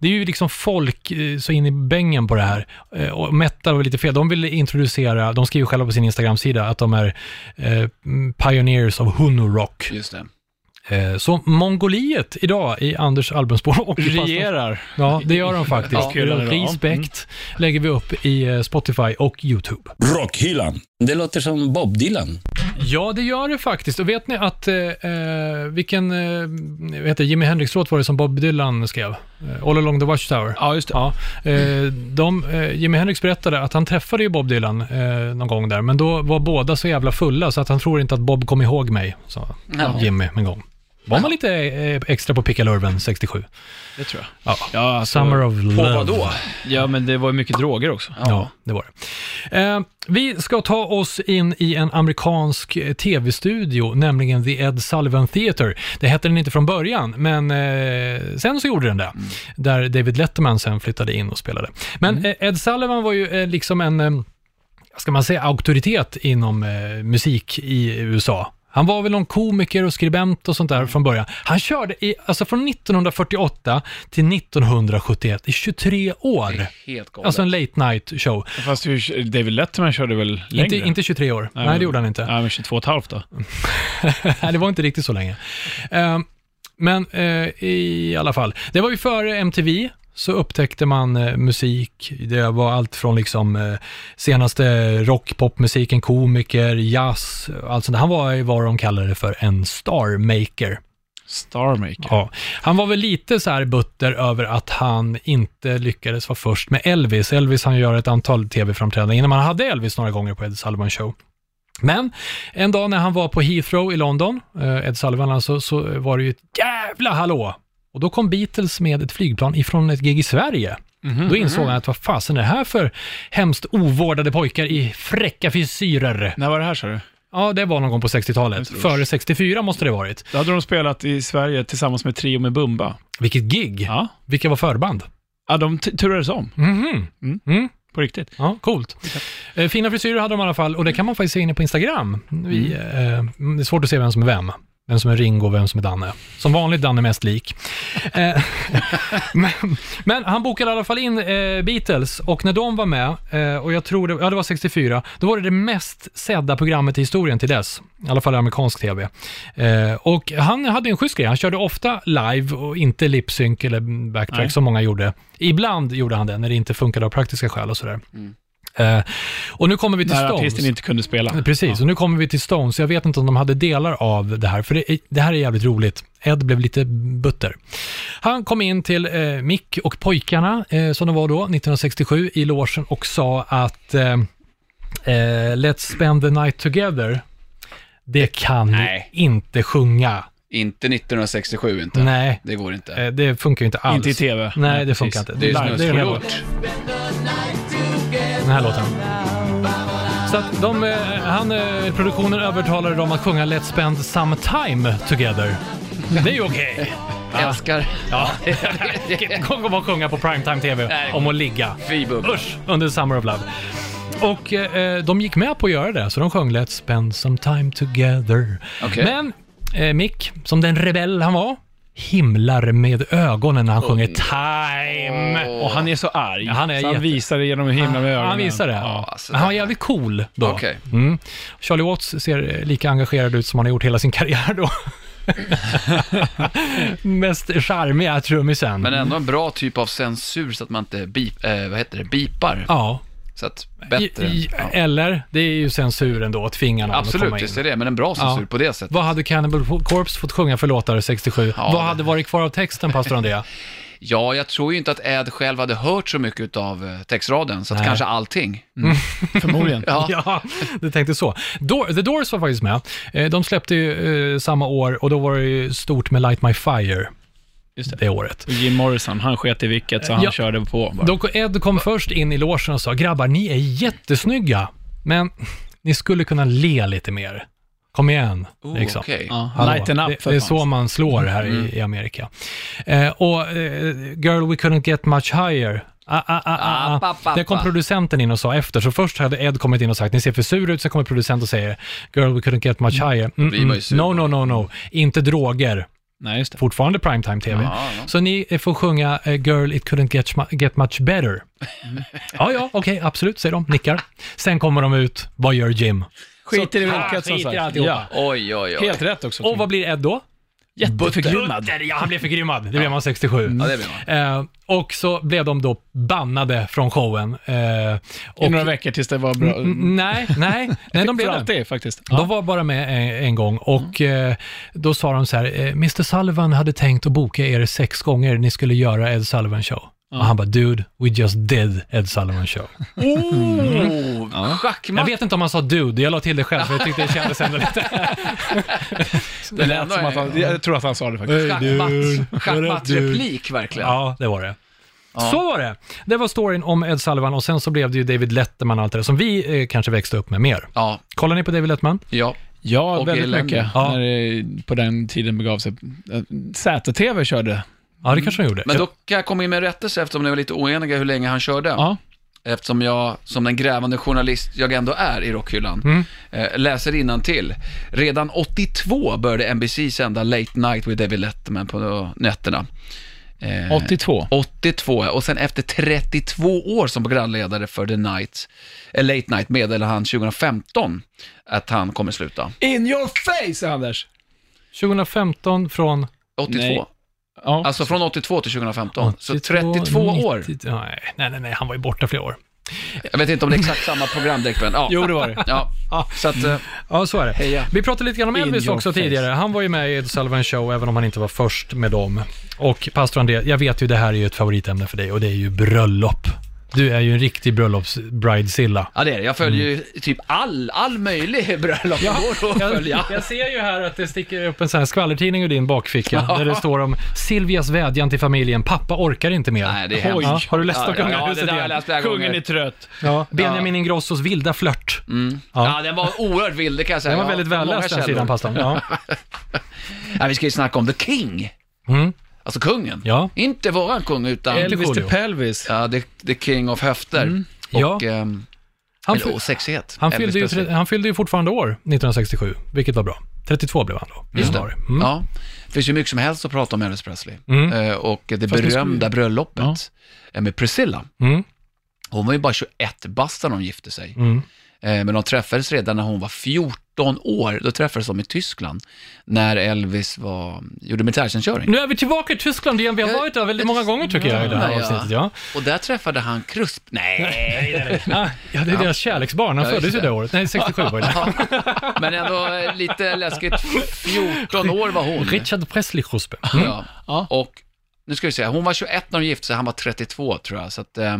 det är ju liksom folk eh, så in i bängen på det här. Eh, Och metal var lite fel. De vill introducera, de skriver själva på sin Instagram-sida att de är eh, pioneers of Hunu-rock.
Just det.
Eh, så Mongoliet idag i Anders albumspår och i pastorns-
Regerar.
Ja, det gör de faktiskt.
Ja.
Respekt lägger vi upp i eh, Spotify och YouTube.
Rockhyllan. Det låter som Bob Dylan.
Ja, det gör det faktiskt. Och vet ni att eh, eh, vilken, eh, vad heter det, Jimi Hendrix-låt var det som Bob Dylan skrev? Eh, All along the Watchtower.
Ja, just det.
Ja, eh, de, eh, Jimi Hendrix berättade att han träffade ju Bob Dylan eh, någon gång där, men då var båda så jävla fulla så att han tror inte att Bob kom ihåg mig, sa
Ja.
Jimmy en gång. Var man lite eh, extra på Pickalurven 67?
Det tror jag.
Ja.
Ja, alltså,
Summer of Love.
På vad då?
ja, men det var ju mycket droger också.
Ja, det var det. Eh, vi ska ta oss in i en amerikansk eh, tv-studio, nämligen The Ed Sullivan Theater. Det hette den inte från början, men eh, sen så gjorde den det. Där David Letterman sen flyttade in och spelade. Men eh, Ed Sullivan var ju eh, liksom en, eh, ska man säga, auktoritet inom eh, musik i USA. Han var väl någon komiker och skribent och sånt där från början. Han körde i, alltså från 1948 till 1971, i 23 år.
Helt galet.
Alltså en late night show.
Fast ju- David Letterman körde väl längre?
Inte, inte 23 år. Nej, det gjorde han inte.
Ja, men 22 och ett halvt då.
Nej, det var inte riktigt så länge. Ehm, men eh, i alla fall, det var ju före MTV så upptäckte man eh, musik. Det var allt från liksom eh, senaste rock, popmusiken, komiker, jazz, allt sånt där. Han var ju vad de kallade det för en star maker.
Starmaker.
Ja. Han var väl lite så här butter över att han inte lyckades vara först med Elvis. Elvis han gör ett antal tv-framträdanden innan man hade Elvis några gånger på Ed Sullivan Show. Men en dag när han var på Heathrow i London, eh, Ed Sullivan alltså, så var det ju ett jävla hallå. Och då kom Beatles med ett flygplan ifrån ett gig i Sverige. Då insåg han att vad fasen är det här för hemskt ovårdade pojkar i fräcka frisyrer?
När var det här sa du?
Ja, det var någon gång på 60-talet. Före 64 måste det varit.
Då hade de spelat i Sverige tillsammans med Trio med Bumba.
Vilket gig!
Ja.
Vilka var förband?
Ja, de t- turades om.
Mhm.
På riktigt.
Ja, coolt. Eh, Fina frisyrer hade de i alla fall och det kan man faktiskt se inne på Instagram. Vi, eh, det är svårt att se vem som är vem. Vem som är Ringo och vem som är Danne. Som vanligt Danne mest lik. Eh, men, men han bokade i alla fall in eh, Beatles och när de var med, eh, och jag tror det, ja, det var 64, då var det det mest sedda programmet i historien till dess. I alla fall i amerikansk tv. Eh, och han hade ju en schysst grej, han körde ofta live och inte lip-sync eller backtrack som många gjorde. Ibland gjorde han det när det inte funkade av praktiska skäl och sådär. Eh, och nu kommer vi till
Mm. När
Stones.
artisten inte kunde spela.
Precis, och nu kommer vi till Stones. Jag vet inte om de hade delar av det här, för det, är- det här är jävligt roligt. Ed blev lite butter. Han kom in till eh, Mick och pojkarna, eh, som de var då, 1967, i logen och sa att eh, eh, Let's spend the night together, det kan
Nej.
ni inte sjunga.
Inte 1967 inte.
Nej.
Det går inte.
Eh, det funkar ju inte alls.
Inte i tv.
Nej, det
Precis.
funkar inte.
det är
live. den här låten.
snuskigt.
den här låten. Så att de, eh, han, eh, produktionen övertalade dem att sjunga Let's spend some time together. Det är ju okej.
Älskar.
Ja. Kom och bara sjunga på primetime TV om att ligga.
Fy bubbla.
Usch, under Summer of Love. Och eh, de gick med på att göra det, så de sjöng Let's spend some time together.
Okej.
Men eh, Mick, som den rebell han var, himlar med ögonen när han sjunger Time.
Och han är så arg.
Ja, han är
så han
jätte-
visar det genom himlen med ögonen.
Han visar det.
alltså,
Men han var jävligt cool då.
Okej.
Mm. Charlie Watts ser eh, lika engagerad ut som han har gjort hela sin karriär då. Mest charmiga trummisen.
Men ändå en bra typ av censur så att man inte beep, eh, vad heter det, bipar.
Ja.
Så att bättre.
I, i,
ja.
Eller, det är ju censuren då, att tvinga någon att komma
Absolut,
in.
visst är det. Men en bra censur
Ja.
på det sättet.
Vad hade Cannibal Corpse fått sjunga för låtar 67?
Ja,
Vad
det-
hade varit kvar av texten, pastor Andrea?
Ja, jag tror ju inte att Ed själv hade hört så mycket av textraden, så att
Nej.
kanske allting. Mm.
Förmodligen.
Ja.
Ja, du tänkte så. Door, The Doors var faktiskt med. Eh, De släppte ju eh, samma år och då var det ju stort med Light My Fire
Just det.
det året.
Och Jim Morrison, han sket i vilket så han
Ja.
körde på bara.
Dock och Ed kom först in i logen och sa, grabbar, ni är jättesnygga, men ni skulle kunna le lite mer. Kom igen, liksom.
Oh, Okej.
Ja,
Hallå,
Lighten up
det,
för
det är
fan.
så man slår här i, i Amerika. Eh, och eh, “Girl, we couldn't get much higher”. Ah, ah, ah, ah,
Ah,
ah.
pa, pa,
Det kom
pa.
producenten in och sa efter, så först hade Ed kommit in och sagt “Ni ser för sura ut”, sen kommer producenten och säger “Girl, we couldn't get much higher”. Mm,
blir man ju
mm.
sur.
No, no, no, no. Inte droger.
Nej, just det.
Fortfarande primetime-tv. Så ni eh, får sjunga eh, “Girl, it couldn't get, mu- get much better”. Mm. Ja, ja, okej, absolut, säger de, nickar. Sen kommer de ut, vad gör Jim?
Skiter i
Så-
vilket
Ah,
som
skiter i
sagt.
alltihopa.
Ja.
Oj, oj, oj.
Helt rätt också.
Och vad blir Ed då?
Jätteförgrymmad.
Butter, ja han blev förgrymmad. Det blev man 67.
Ja, det blir man.
Eh, och så blev de då bannade från showen. Eh, och,
I några veckor tills det var bra.
Mm, Nej, nej, nej de
För
blev det.
alltid faktiskt.
De var bara med en, en gång och eh, då sa de så här, eh, Mr Sullivan hade tänkt att boka er sex gånger, ni skulle göra Ed Sullivan show. Och han bara, dude, we just did Ed Sullivan show.
Oh,
Jag
schackmatt.
vet inte om han sa dude, jag la till det själv för jag tyckte det kändes ändå lite...
Det lät
Som att han, jag tror att han sa det faktiskt.
Schackmatt, schackmattreplik verkligen.
Ja, det var det. Så var det. Det var storyn om Ed Sullivan och sen så blev det ju David Letterman och allt det där som vi eh, kanske växte upp med mer.
Ja,
Kollar ni på David Letterman?
ja.
Ja,
Och
väldigt
elände.
mycket.
Ja.
När det, på den tiden begav sig. ZTV körde.
Ja, det kanske han gjorde.
Mm. Men då kan jag komma in med en rättelse eftersom ni var lite oeniga hur länge han körde.
Ja.
Eftersom jag, som den grävande journalist jag ändå är i rockhyllan, eh, läser innantill. Redan 82 började NBC sända Late Night with David Letterman på eh, nätterna. Eh,
82.
82 ja. och sen efter 32 år som programledare för The Night, eh, Late Night meddelade han 2015 att han kommer sluta.
In your face, Anders!
2015 från...
82.
Nej. Ja.
Alltså från 82 till 2015. så
82,
32 år.
90 Nej, nej, nej, nej, han var ju borta flera år.
Jag vet inte om det är exakt samma program direkt, men ja.
Jo, det var det.
Ja, så att, eh,
Ja, så är det.
Heja.
Vi pratade lite grann om
In
Elvis
your
också
face.
tidigare. Han var ju med i Ed Sullivan Show, även om han inte var först med dem. Och pastor André, jag vet ju det här är ju ett favoritämne för dig och det är ju bröllop. Du är ju en riktig bröllops-bridezilla.
ja det är det. Jag följer ju typ all, all möjlig bröllop ja. går att följa.
Jag ser ju här att det sticker upp en sån här skvallertidning ur din bakficka, där det står om Silvias vädjan till familjen, pappa orkar inte mer.
Nej, det är hemskt.
Ja, har du läst
Ja,
om
ja, ja, det
kungahuset
där har jag
igen?
läst flera
Kungen är
gånger.
trött.
Ja, Benjamin Ingrossos vilda flört.
Ja. den var oerhört vild, det kan jag säga.
Den var
Mm. Ja,
väldigt
många
välläst den
källor.
sidan, pastan. Ja.
Nej, vi ska ju snacka om The King.
Mm.
Alltså kungen.
Ja.
Inte våran kung, utan...
Elvis till
Julio.
pelvis.
Ja, the, the King of höfter.
Mm. Ja.
Och, ehm,
Han,
eller,
fy-
och sexighet.
han,
Elvis
fyllde ju,
Presley.
tre- han fyllde ju fortfarande år 1967, vilket var bra. 32 blev han då. i
Just det.
januari. Mm.
Ja, det finns ju mycket som helst att prata om Elvis Presley.
Mm.
Eh, och det
Fast det
berömda
skulle-
bröllopet eh, med Priscilla.
Mm.
Hon var ju bara 21 bast när de gifte sig.
Mm.
Eh, Men de träffades redan när hon var 14 år. Då träffades de i Tyskland, när Elvis var, gjorde militärtjänstgöring.
Nu är vi tillbaka i Tyskland igen. Vi har varit där väldigt många gånger tycker jag i det här
Ja, ja.
avsnittet. Ja.
Och där träffade han Krusp. Nej,
Ah, ja, det är deras kärleksbarn. Han
Ja,
föddes
just
ju
det.
det året. Nej, 67 var det.
men ändå eh, lite läskigt. 14 år var
Mm.
hon.
Richard Presley Kruspe.
Ja. Och nu ska vi se, hon var 21 när de gifte sig, han var 32 tror jag. Så att, eh,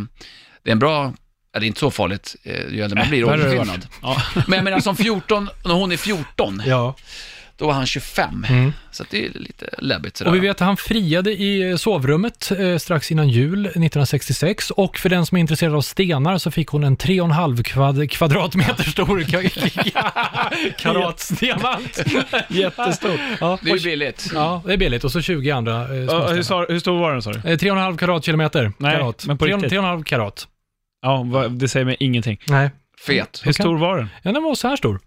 det är en bra, ja, det är inte så farligt eh, ju äldre man blir,
värre har det
åldersskillnad. Men jag menar som 14, när hon är 14,
Ja. Mm.
då var han 25.
Mm.
Så att det är lite läbbigt sådär.
Och vi vet att han friade i eh, sovrummet eh, strax innan jul 1966 och för den som är intresserad av stenar så fick hon en 3,5 kvad- kvadratmeter stor ka- karatstenvant.
Jättestort.
Ja,
Det är ju billigt.
ja, det är billigt och så 20 andra eh,
Ja,
småstenar.
hur, sa- hur stor var den sa du?
Eh, 3,5 karatkilometer.
Nej,
karat.
men på
Tre-
riktigt.
3,5 karat.
Ja, vad- det säger mig ingenting.
Nej,
Fet.
Hur stor var den?
ja, den var så här stor.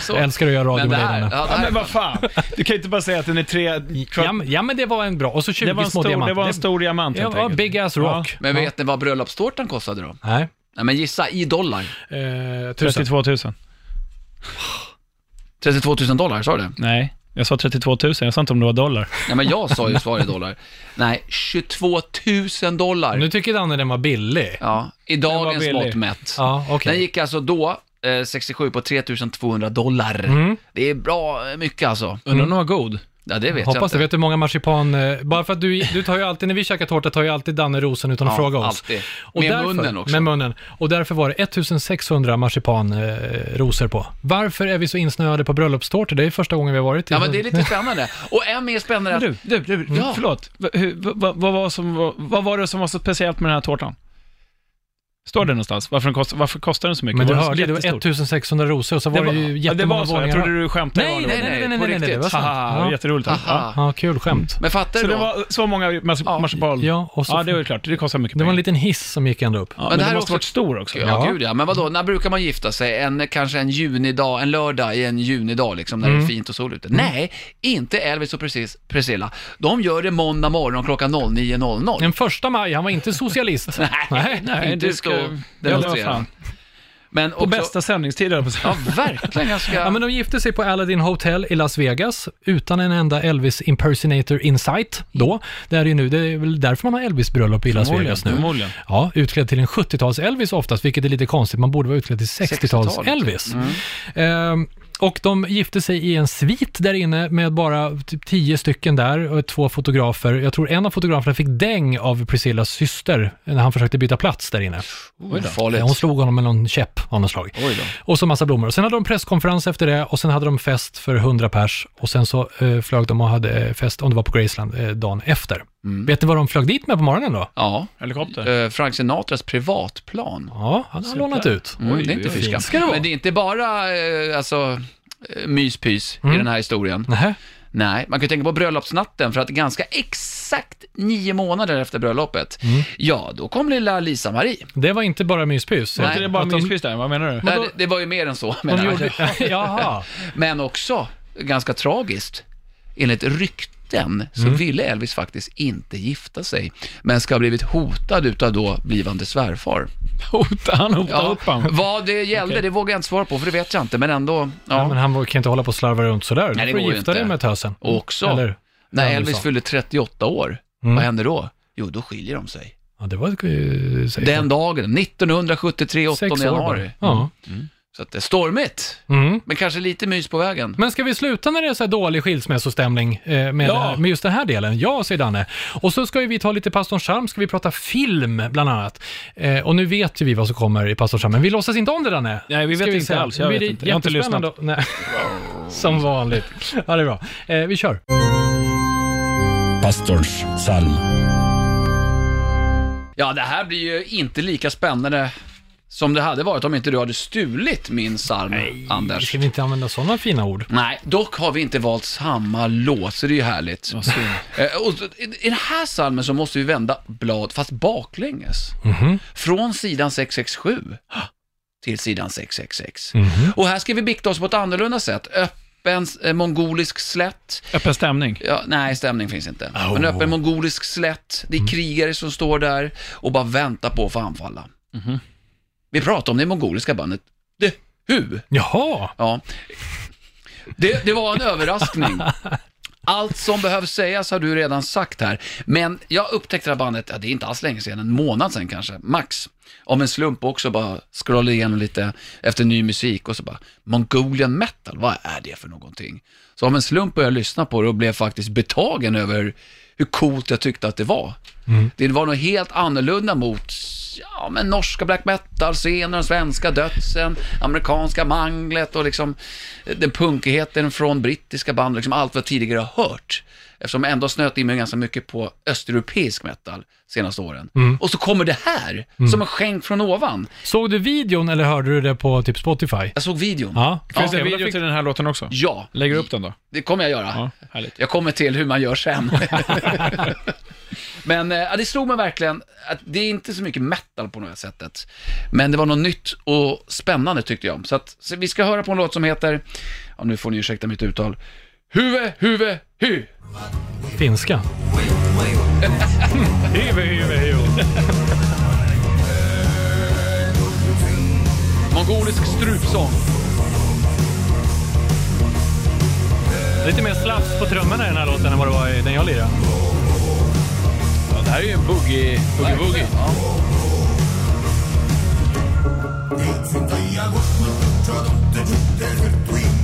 Så.
Jag älskar att göra radio
Men det
med dig,
här,
Danne.
ja, det
Ja,
här
men vad fan. Du kan inte bara säga att den är tre...
Ja, men- ja, men det var en bra. Och så 20
Det var en
små
stor, det
diamanter.
var en stor diamant
ja,
helt
ja,
enkelt.
big ass rock.
men vet ni vad bröllopstårtan kostade då?
Nej.
Nej men gissa, i dollar.
Eh, tusen.
32 000.
32 000 dollar, sa du det?
Nej, jag sa 32 000. Jag sa inte om det var dollar.
Nej men jag sa ju svar i dollar. Nej, 22 000 dollar.
Nu tycker Danne den var billig.
Ja, i
var
dagens
billig.
mått mätt.
Ja, okej.
Den gick alltså då, eh, 67, på 3200 dollar.
Mm.
Det är bra eh, mycket alltså.
Undrar om den var god.
Ja, det vet
Hoppas det.
jag inte.
Vet du hur många marsipan... eh, Bara för att du, du tar ju alltid, när vi käkar tårta, tar ju alltid Danne rosen utan att
Ja,
fråga oss.
alltid. Med munnen också.
Med munnen. Och därför var det 1600 marsipanrosor på. Varför är vi så insnöade på bröllopstårtor? Det är första gången vi har varit i...
Ja, men det är lite spännande. Och än mer spännande
Men
att
du, du, du
Ja.
Mm. förlåt. Va- hur- va- va- vad, var som, var- vad var det som var så speciellt med den här tårtan? Står det någonstans? Varför, den kost, varför kostar den så mycket?
Men du
Var den så
hörde, det var
jättestor?
1600 rosor och så var det, ju
ja, det
jättemånga
var så. Jag
våningar.
trodde du skämtade.
Nej,
Ja, det
nej,
var-
nej, nej,
Nej,
nej,
på
nej, nej, det
riktigt.
var sant.
Haha,
Ja.
Ah, jätteroligt. Ja.
Aha.
Ja, kul skämt.
Men fattar
Så
du
det
då?
var så många mars-
Ja.
marsipan?
Ja, och så,
Mm. Ja, det är ju klart. Det kostar mycket
det var en
pengar.
liten hiss som gick ända upp.
Ja, men,
det
det
här
här
är
måste
också-
varit stor också.
Ja,
Ja.
gud ja. Men vadå, när brukar man gifta sig? En, kanske en junidag, en lördag i en junidag liksom, när
Mm.
det är fint och sol ute. Nej, inte Elvis och precis, Priscilla. De gör det måndag morgon klockan 09.00.
Den första maj, han var inte socialist. nej, nej.
Inte
det
ska
ska-
demonstrera.
Ja, vad fan.
Men
På
också,
bästa sändningstid, höll jag på att säga.
Ja, verkligen ganska...
Ja, men de gifte sig på Aladdin Hotel i Las Vegas utan en enda Elvis impersonator insight då. Det är ju nu, det är väl därför man har Elvis-bröllop i Las Vegas nu.
Förmodligen.
Ja, utklädd till en 70-tals-Elvis oftast, vilket är lite konstigt. Man borde vara utklädd till 60-tals-Elvis. Ehm, och de gifte sig i en svit där inne med bara typ tio stycken där och två fotografer. Jag tror en av fotograferna fick däng av Priscillas syster när han försökte byta plats där inne.
Farligt.
Hon slog honom med någon käpp av något slag.
Oj då.
Och så massa blommor. Och sen hade de presskonferens efter det och sen hade de fest för 100 pers. Och sen så eh, flög de och hade eh, fest, om det var på Graceland, eh, dagen efter.
Mm.
Vet ni vad de flög dit med på morgonen då?
Ja,
Helikopter.
eh, Frank Sinatras privatplan.
Ja, han har lånat ut.
Mm, det är inte
oj,
fy
oj.
skam.
Ska det vara?
Men det är inte bara eh, alltså, eh, myspys i den här historien.
Nähä.
Nej, man kan ju tänka på bröllopsnatten för att ganska exakt nio månader efter bröllopet, ja, då kom lilla Lisa-Marie.
Det var inte bara myspys.
Var inte det bara
Att de-
myspys där? Vad menar du?
Nej, det, det var ju mer än så,
De
menar jag.
gjorde, jaha,
Men också, ganska tragiskt, enligt rykten så ville Elvis faktiskt inte gifta sig, men ska ha blivit hotad utav då blivande svärfar.
Hotade han hotade upp honom?
vad det gällde, det vågar jag inte svara på, för det vet jag inte, men ändå, ja.
ja, men han var- kan inte hålla på och slarva runt sådär.
Nej,
Du får
det går ju
gifta dig
inte.
med tösen.
Och också,
Eller,
när
Andersson.
Elvis fyllde 38 år,
Mm.
vad hände då? Jo, då skiljer de sig.
Ja, det var ju... säkert
Den dagen, 1973, 8
sex år
januari.
bara. Ja.
Så att det är stormigt,
Mm.
men kanske lite mys på vägen.
Men ska vi sluta när det är så här dålig skilsmässostämning eh, med, det här, med just den här delen? Ja, säger Danne. Och så ska ju vi ta lite Pastorn Charm, ska vi prata film bland annat. Eh, och nu vet ju vi vad som kommer i Pastorn Charm, men vi låtsas inte om det Danne.
Nej, vi
Ska
vet inte
säga.
alls. Jag
Blir
vet
det
inte. Jag har inte lyssnat.
jättespännande? Nej. Som vanligt. Ja, det är bra. Eh, vi kör.
Pastorns psalm.
Ja, det här blir ju inte lika spännande som det hade varit om inte du hade stulit min psalm, Anders.
Ska vi inte använda sådana fina ord?
Nej, dock har vi inte valt samma låt, så det är ju härligt. Eh, och så- i- I den här salmen så måste vi vända blad, fast baklänges. Från sidan 667 till sidan 666. Och här ska vi bikta oss på ett annorlunda sätt. Öppna öppen eh, mongolisk slätt.
Öppen stämning.
Ja, nej, stämning finns inte. Men öppen mongolisk slätt, det är krigare som står där och bara väntar på att få anfalla. Vi pratar om det mongoliska bandet The Who.
Jaha!
Ja. Det, det var en överraskning. Allt som behövs sägas har du redan sagt här. Men jag upptäckte det här bandet, ja, det är inte alls länge sedan, en månad sedan kanske, max. Om en slump också bara scrollade igenom lite efter ny musik och så bara, Mongolian metal, vad är det för någonting? Så om en slump började jag lyssna på det och blev faktiskt betagen över hur coolt jag tyckte att det var. Det var nog helt annorlunda mot ja, men norska black metal-scenen, den svenska dödsen, amerikanska manglet och liksom den punkigheten från brittiska band, liksom allt vad jag tidigare har hört. Eftersom jag ändå har snöat in mig ganska mycket på östeuropeisk metal senaste åren.
Mm.
Och så kommer det här, som en skänk från ovan.
Såg du videon eller hörde du det på typ Spotify?
Jag såg videon.
Ja.
Finns det
Ja,
en video
jag fick-
till den här låten också?
Ja,
Lägger du upp den då?
det kommer jag göra.
Ja, härligt.
Jag kommer till hur man gör sen. Men eh, ja, det slog mig verkligen att det är inte så mycket metal på något sättet. Men det var något nytt och spännande tyckte jag. Så, att, så vi ska höra på en låt som heter, ja, nu får ni ursäkta mitt uttal, Huve, Huve, Hu.
Finska.
Mongolisk strupsång.
Lite mer slafs på trummorna i den här låten än vad det var i den jag lirade.
det här är ju en boogie, boogie, boogie.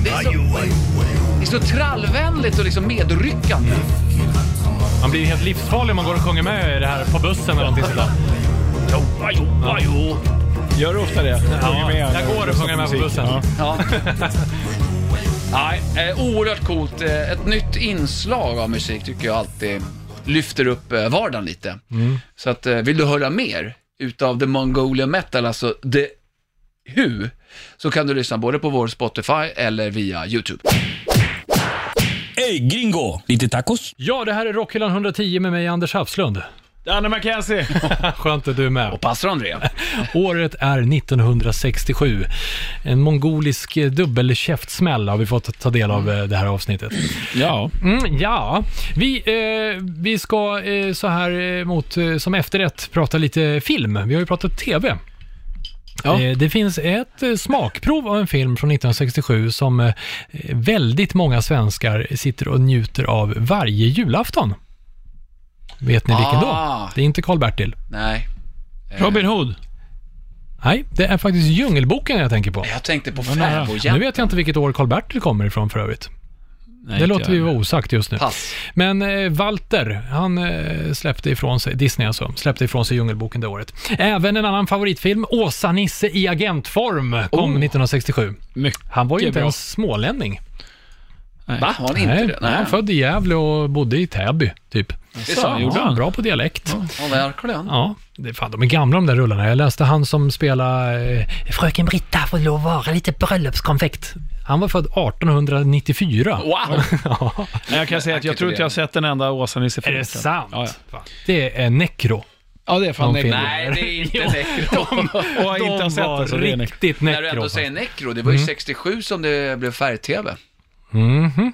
Det är så trallvänligt och liksom medryckande.
Man blir helt livsfarlig om man går och sjunger med i det här på bussen eller någonting sånt där.
Gör du ofta det?
Ja, jag går och sjunger med på bussen.
Ja. Nej, eh, oerhört coolt. Eh, Ett nytt inslag av musik tycker jag alltid lyfter upp eh, vardagen lite. Så att, eh, vill du höra mer utav The Mongolian Metal, alltså The Who, så kan du lyssna både på vår Spotify eller via YouTube.
Ey gringo, lite tacos?
Ja, det här är Rockhyllan 110 med mig Anders Hafslund.
Danne McKenzie!
Skönt att du är med.
Pastor André.
Året är 1967. En mongolisk eh, dubbelkäftsmäll har vi fått ta del av eh, det här avsnittet.
Ja.
Mm, ja, vi, eh, vi ska eh, så här eh, mot, eh, som efterrätt prata lite film. Vi har ju pratat TV.
Ja.
Eh, Det finns ett eh, smakprov av en film från 1967 som eh, väldigt många svenskar sitter och njuter av varje julafton. Vet ni vilken
Ah.
då? Det är inte Karl-Bertil.
Nej,
Robin Hood.
Nej, det är faktiskt Djungelboken jag tänker på.
jag tänkte på
nära.
Nu
fäbodjakt.
vet jag inte vilket år Karl-Bertil kommer ifrån för övrigt.
Nej,
Det låter vi vara osagt just nu.
Pass.
Men eh, Walter, han eh, släppte ifrån sig, Disney alltså, släppte ifrån sig Djungelboken det året. Även en annan favoritfilm, Åsa-Nisse i agentform, kom
Oh.
1967.
Mycket
Han var ju inte
bra.
ens smålänning.
Va, var han inte
Nej,
det?
han var född i Gävle och bodde i Täby, typ.
det är sant.
gjorde
Ja,
han?
bra på dialekt.
Ja, verkligen.
Ja, det, fan, de är gamla de där rullarna. Jag läste han som spelade eh, Fröken Britta får lov att vara lite bröllopskonfekt. Han var född 1894.
Wow!
Ja,
Men jag kan säga att jag tror inte jag har sett en enda Åsa-Nisse
är det sant?
Ja, ja.
Fan, Det är Necro.
ja, det är fan
Någon
Necro.
film.
Nej, det är inte Necro.
Och jag inte har sett den, så det är Necro.
riktigt
När du
Necro. Mm.
ändå
fast.
säger Necro, det var ju 67 som det blev färg-tv.
Mhm.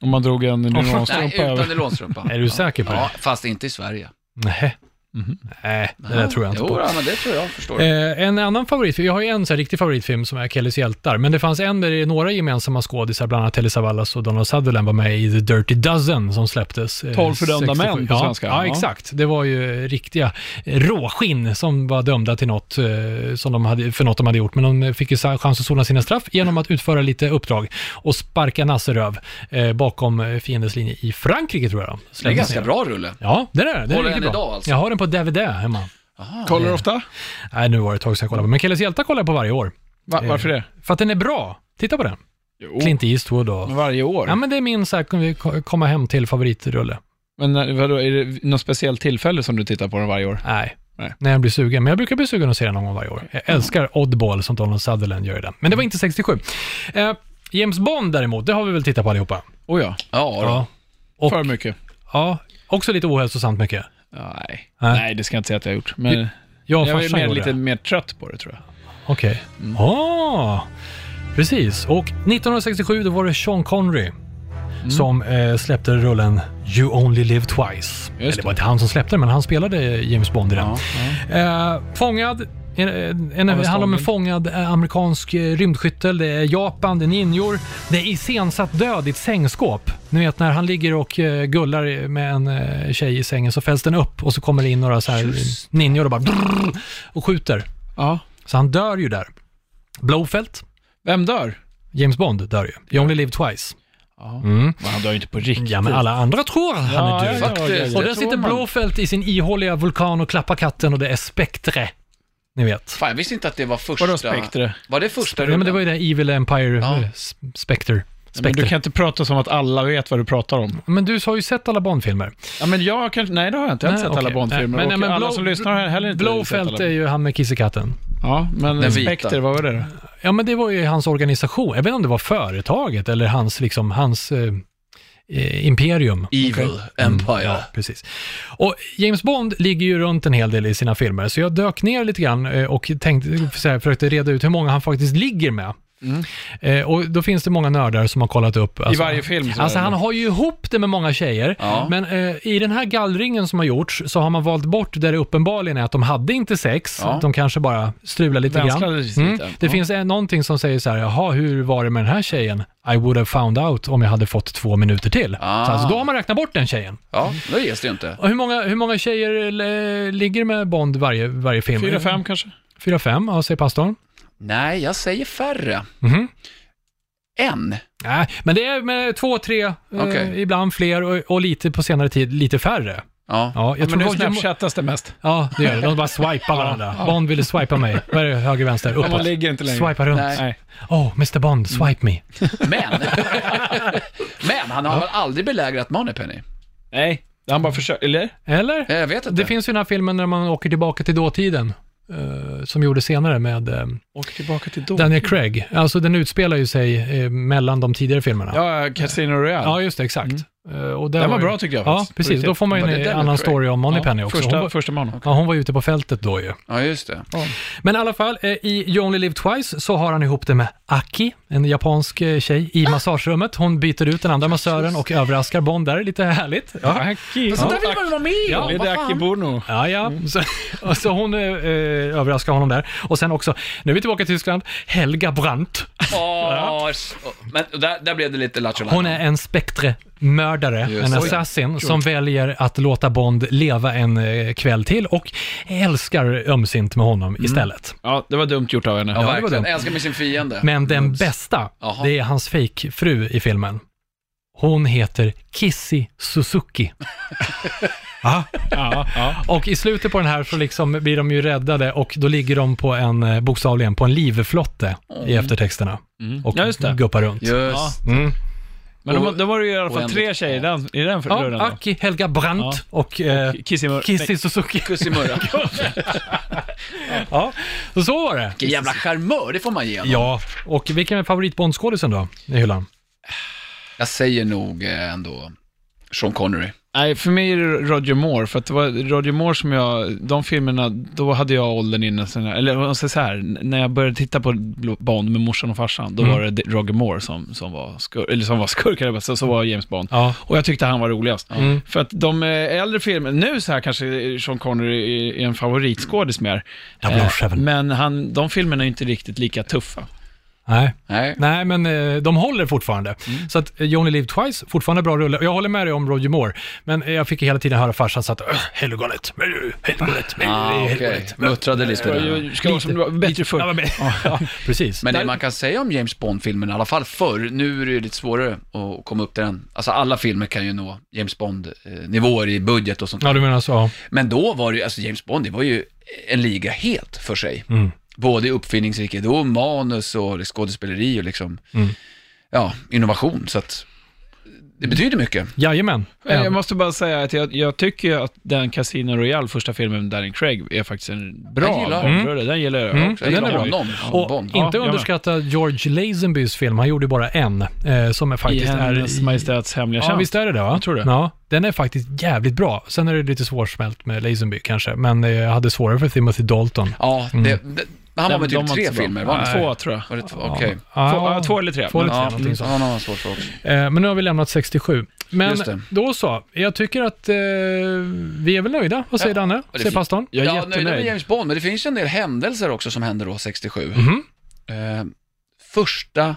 Om man drog en
Nej,
nylonstrumpa
utan
över.
nylonstrumpa.
Är du säker på
Ja,
det?
fast inte i Sverige.
Nej.
Mhm.
Nej, det där tror jag inte
jo,
på.
Ja, men det tror jag, förstår du.
Eh, en annan favoritfilm, jag har ju en så här riktig favoritfilm som är Kellys hjältar, men det fanns en där det är några gemensamma skådisar, bland annat Telly Savalas och Donald Sutherland var med i The Dirty Dozen som släpptes. eh,
Tolv fördömda män på
ja,
svenska.
Ja,
Ja.
exakt. Det var ju riktiga råskinn som var dömda till något, eh, som de hade, för något de hade gjort, men de fick ju sa- chans att sona sina straff genom att utföra lite uppdrag och sparka nasseröv eh, bakom eh, fiendens linje i Frankrike, tror jag de
Det är
slängdes
ganska
ner.
bra rulle.
Ja, det är det. det är
Har du
riktigt
den
bra.
idag alltså?
Jag har den på DVD hemma.
Kollar du ofta?
Nej, nu var det ett tag sedan jag kollade på Men Kellys hjältar kollar jag på varje år.
Va, varför det?
För att den är bra. Titta på den.
Jo,
Clint Eastwood och...
varje år.
Ja, men det är min så här, ko- komma hem till favoritrulle.
Men när- vadå, är det något speciellt tillfälle som du tittar på den varje år?
Nej.
Nej.
När jag blir sugen. Men jag brukar bli sugen att se den någon gång varje år. Jag älskar Oddball som Donald Sutherland gör i den. Men det var inte 67. Eh, James Bond däremot, det har vi väl tittat på allihopa?
Oh ja,
Ja, då.
Och,
för mycket.
ja, också lite ohälsosamt mycket.
Ja, nej.
Nej.
nej, det ska jag inte säga att jag har gjort. Men
Jag och
jag är
farsan
mer,
gjorde
lite
det.
mer trött på det tror jag.
Okej. Ah. Precis, och 1967 då var det Sean Connery som eh, släppte rullen You Only Live Twice. Eller det var inte han som släppte den, men han spelade James Bond i den. Eh, fångad, en, en, det handlar om en fångad eh, amerikansk eh, rymdskyttel. Det är Japan, det är ninjor. Det är iscensatt död i ett sängskåp. Ni vet när han ligger och eh, gullar med en eh, tjej i sängen så fälls den upp och så kommer det in några så här ninjor och bara drrrr, och skjuter.
Ja.
Så han dör ju där. Blowfelt,
Vem dör?
James Bond dör ju. You only live twice. Mm.
Men han dör ju inte på riktigt.
Ja, men alla andra tror att han är död.
faktiskt.
och
det
där
tror
sitter
man.
Blåfält i sin ihåliga vulkan och klappar katten och det är Spectre. Ni vet.
Fan, jag visste inte att det var första...
Vadå Spectre?
Var det första
Nej, men det var ju
rullen?
det Evil Empire
Ja.
eh, s- Spectre. Spectre.
Men du kan inte prata som att alla vet vad du pratar om.
men du har ju sett alla Bond-filmer.
Ja, men jag kanske, nej det har jag inte. Jag har inte
Nej,
sett alla
okej.
Bondfilmer.
Nej,
Men,
men-
och
men
alla
Blow-
som lyssnar har heller inte sett
Blowfelt
alla.
är ju han med kissekatten.
Ja, men
Den vita.
Spectre, vad var det då?
Ja, men det var ju hans organisation. Jag vet inte om det var företaget eller hans, liksom, hans eh, eh, imperium. Mm,
Evil Empire.
Ja, precis. Och James Bond ligger ju runt en hel del i sina filmer, så jag dök ner lite grann eh, och tänkte, så här, försökte reda ut hur många han faktiskt ligger med.
Mm.
Eh, Och då finns det många nördar som har kollat upp. alltså-
varje film så
Alltså
är det.
han har ju ihop det med många tjejer,
Ja.
men eh, i den här gallringen som har gjorts så har man valt bort där det uppenbarligen är att de hade inte sex,
Ja.
de kanske bara strulade lite grann.
Vänskades
Mm.
lite.
Det finns en, någonting som säger så här, jaha, hur var det med den här tjejen? I would have found out om jag hade fått två minuter till.
Ah.
Så alltså, då har man räknat bort den tjejen.
Ja, det ges det ju inte.
Och hur, många, hur många tjejer eh, ligger med Bond varje, varje film?
Fyra, fem kanske?
Fyra, fem, ja, säger pastorn.
Nej, jag säger färre.
Mhm.
En.
Nej, men det är med två, tre, eh,
Okej.
ibland fler och, och lite på senare tid lite färre.
Ja.
Ja, jag
Men nu
tror det var-
snapchattas det mest.
Ja, det gör det. De bara swipar varandra. Bond ville swipa mig. Vad är det? Höger, vänster, uppåt.
Man ligger inte längre.
Swipa runt.
Nej.
Nej. Mm.
Oh, Mr Bond, swipe me.
Men, men han har väl aldrig belägrat Moneypenny?
Nej. Han bara försöker, eller?
Eller?
Jag vet inte.
Det finns ju den här filmen när man åker tillbaka till dåtiden. eh, som gjordes senare med eh,
Åker tillbaka till då.
Daniel Craig. Alltså den utspelar ju sig eh, mellan de tidigare filmerna.
Ja, Casino Royale.
Ja, just det, exakt. Eh, Och där
Den var
ju-
bra tycker jag
Ja,
faktiskt.
precis. Då får man ju
Var det
en
Daniel
annan
Craig?
story om Moneypenny också.
Första,
hon, var,
första mannen.
ja, hon var ute på fältet då ju.
Ja, just det.
Men i alla fall, eh, i You Only Live Twice så har han ihop det med Aki, en japansk eh, tjej,
Ah!
i massagerummet. Hon byter ut den andra massören och överraskar Bond där, lite härligt.
Så
Ja.
där vill man Alltså, ju vara med
Ja,
om,
det
vad
är Aki
fan.
Bono.
Ja, ja.
Mm.
Så, och så hon eh, eh, överraskar honom där. Och sen också, nu är vi tillbaka till Tyskland, Helga Brandt.
Åh, s- Men där, där blev det lite lattjo
Hon är en spektremördare,
Just
en
det.
assassin, som väljer att låta Bond leva en eh, kväll till och älskar ömsint med honom
Mm.
istället.
Ja, det var dumt gjort av henne.
Ja,
det var
verkligen.
dumt.
Älskar med sin fiende.
Men den bästa,
Jaha.
det är hans fejkfru i filmen. Hon heter Kissy Suzuki. Ja.
Ja, ja.
Och i slutet på den här så liksom blir de ju räddade och då ligger de på en, eh, bokstavligen, på en livflotte i eftertexterna. Och
Mm. Ja, just det.
guppar runt.
Just.
Mm.
Men då, då var det ju i alla fall
Och
tre
en-
tjejer i den, i den
Ja,
rullen då.
Aki, Helga Brandt
Ja.
och eh,
Kissy Mur-
Kissy Suzuki.
Puss i murran.
Ja, så så var det.
Vilken jävla charmör, det får man ge honom.
Ja, och vilken är favoritbondskådisen då i hyllan?
Jag säger nog eh, ändå Sean Connery.
Nej, för mig är det Roger Moore, för att det var Roger Moore som jag, de filmerna, då hade jag åldern innan, sen jag- eller jag säger så här, n- när jag började titta på Bond med morsan och farsan, då
Mm.
var det Roger Moore som, som var skurk, eller som var skurk, eller så, så var James Bond.
Ja.
Och jag tyckte han var roligast.
Mm.
För att de eh, äldre filmerna, nu så här kanske Sean Connery är- är en favoritskådis mer. Eh,
007.
men han, de filmerna är inte riktigt lika tuffa.
Nej.
Nej.
Nej, men eh, de håller fortfarande.
Mm.
Så att eh, You Only Live Twice, fortfarande bra rulle. Och jag håller med dig om Roger Moore, men eh, jag fick hela tiden höra farsan så att "Öh, helgonet, men du, helgonet, men du,
Ah, okej.
helgonet.
Muttrade lite
Ska,
där.
ska vara som det var, bättre förr.
Ja, men- Precis.
Men det
Där-
man kan säga om James Bond-filmerna, i alla fall förr, nu är det ju lite svårare att komma upp till den. Alltså alla filmer kan ju nå James Bond-nivåer i budget och sånt.
Ja, du menar så.
Men då var det ju, alltså James Bond, det var ju en liga helt för sig.
Mm.
Både i uppfinningsrikedom, manus och skådespeleri och liksom,
Mm.
ja, innovation. Så att det betyder mycket.
Jajamän.
Men
Ja.
Eh, jag måste bara säga att jag, jag tycker ju att den Casino Royale, första filmen med Daniel Craig, är faktiskt en bra
Jag gillar den.
Mm.
Bondrulle. Den gillar jag också.
Jag
Jag
gillar
gillar
honom,
Och
och, Bond.
Ja,
inte
jag med.
underskatta George Lazenbys film, han gjorde ju bara en, eh, som är
I
faktiskt
hennes
är...
majestäts hemliga
Ja,
tjänst.
visst är det det va?
Jag tror det.
Ja, den är faktiskt jävligt bra. Sen är det lite svårsmält med Lazenby kanske, men eh, jag hade svårare för Timothy Dalton.
Ja, det, det, Men han var med
de
typ tre
inte så bra.
filmer, var han inte?
Två, tror jag.
Var det två? Okej.
Ja,
Två- ja, två eller tre.
Ah. Två eller tre,
Ja,
någonting sånt.
han har en svår fråga.
Eh, Men nu har vi lämnat 67. Men
Just det.
då så, jag tycker att eh, vi är väl nöjda. Vad säger Danne?
det
Säger
fin-
pastorn?
Jag är
ja, nöjda med
jättenöjd.
James Bond, men det finns ju en del händelser också som hände då 67.
Mhm.
Eh, första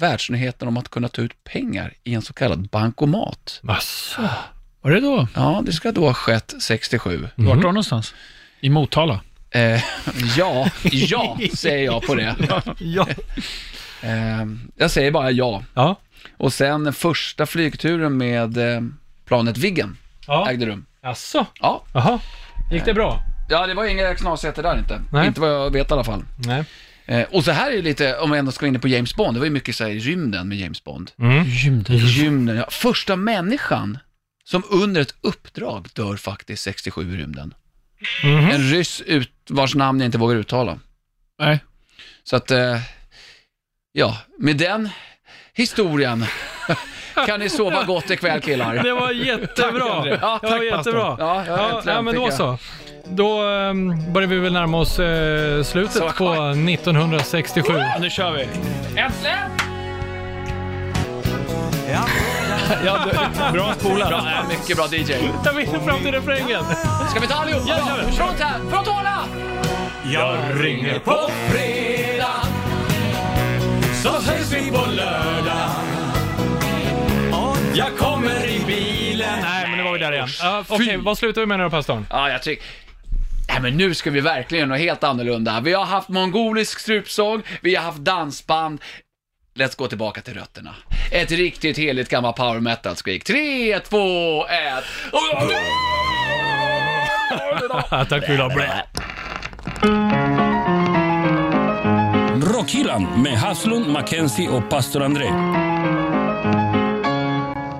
världsnyheten om att kunna ta ut pengar i en så kallad bankomat.
Asså.
Var det då?
Ja, det ska då ha skett 67.
Vart
Mm.
då någonstans? I Motala?
Eh, ja, ja, säger jag på det.
Ja.
Eh, jag säger bara ja.
Ja.
Och sen den första flygturen med eh, planet Viggen
ja.
ägde rum.
Asså.
Ja.
Jaha. Gick det bra?
ja, det var inga knasigheter där inte.
Nej.
Inte vad jag vet i alla fall.
Nej.
Eh, och så här är ju lite, om jag ändå ska vara inne på James Bond, det var ju mycket så här i rymden med James Bond.
Mm.
I rymden, ja. Första människan som under ett uppdrag dör faktiskt 67 i rymden.
Mhm.
En ryss ut, vars namn jag inte vågar uttala.
Nej.
Så att, eh, ja, med den historien kan ni sova gott ikväll killar.
Det var jättebra.
Ja,
det var
tack,
jättebra.
Ja, jag
Ja,
äntligen
ja, men
fick
då
jag-
så. Då ehm, börjar vi väl närma oss eh, slutet på 1967.
Nu kör vi.
Äntligen!
Ja, du, bra spolat.
Bra, mycket bra DJ.
Jag vill fram till refrängen.
Ska vi ta allihopa?
Ja, ja.
Från här, från Tala!
Jag ringer på fredag Så ses vi på lördag Jag kommer i bilen
Nej, men nu var vi där igen. Ja, Okej, vad slutar vi med nu då, pastorn?
Ja, jag tycker... Nej men nu ska vi verkligen göra något helt annorlunda. Vi har haft mongolisk strupsång, vi har haft dansband. Let's gå tillbaka till rötterna. Ett riktigt heligt gammalt power metal-skrik. Tre, två, ett.
Tack för idag.
Rockhyllan med Haslund, Mackenzie och pastor André.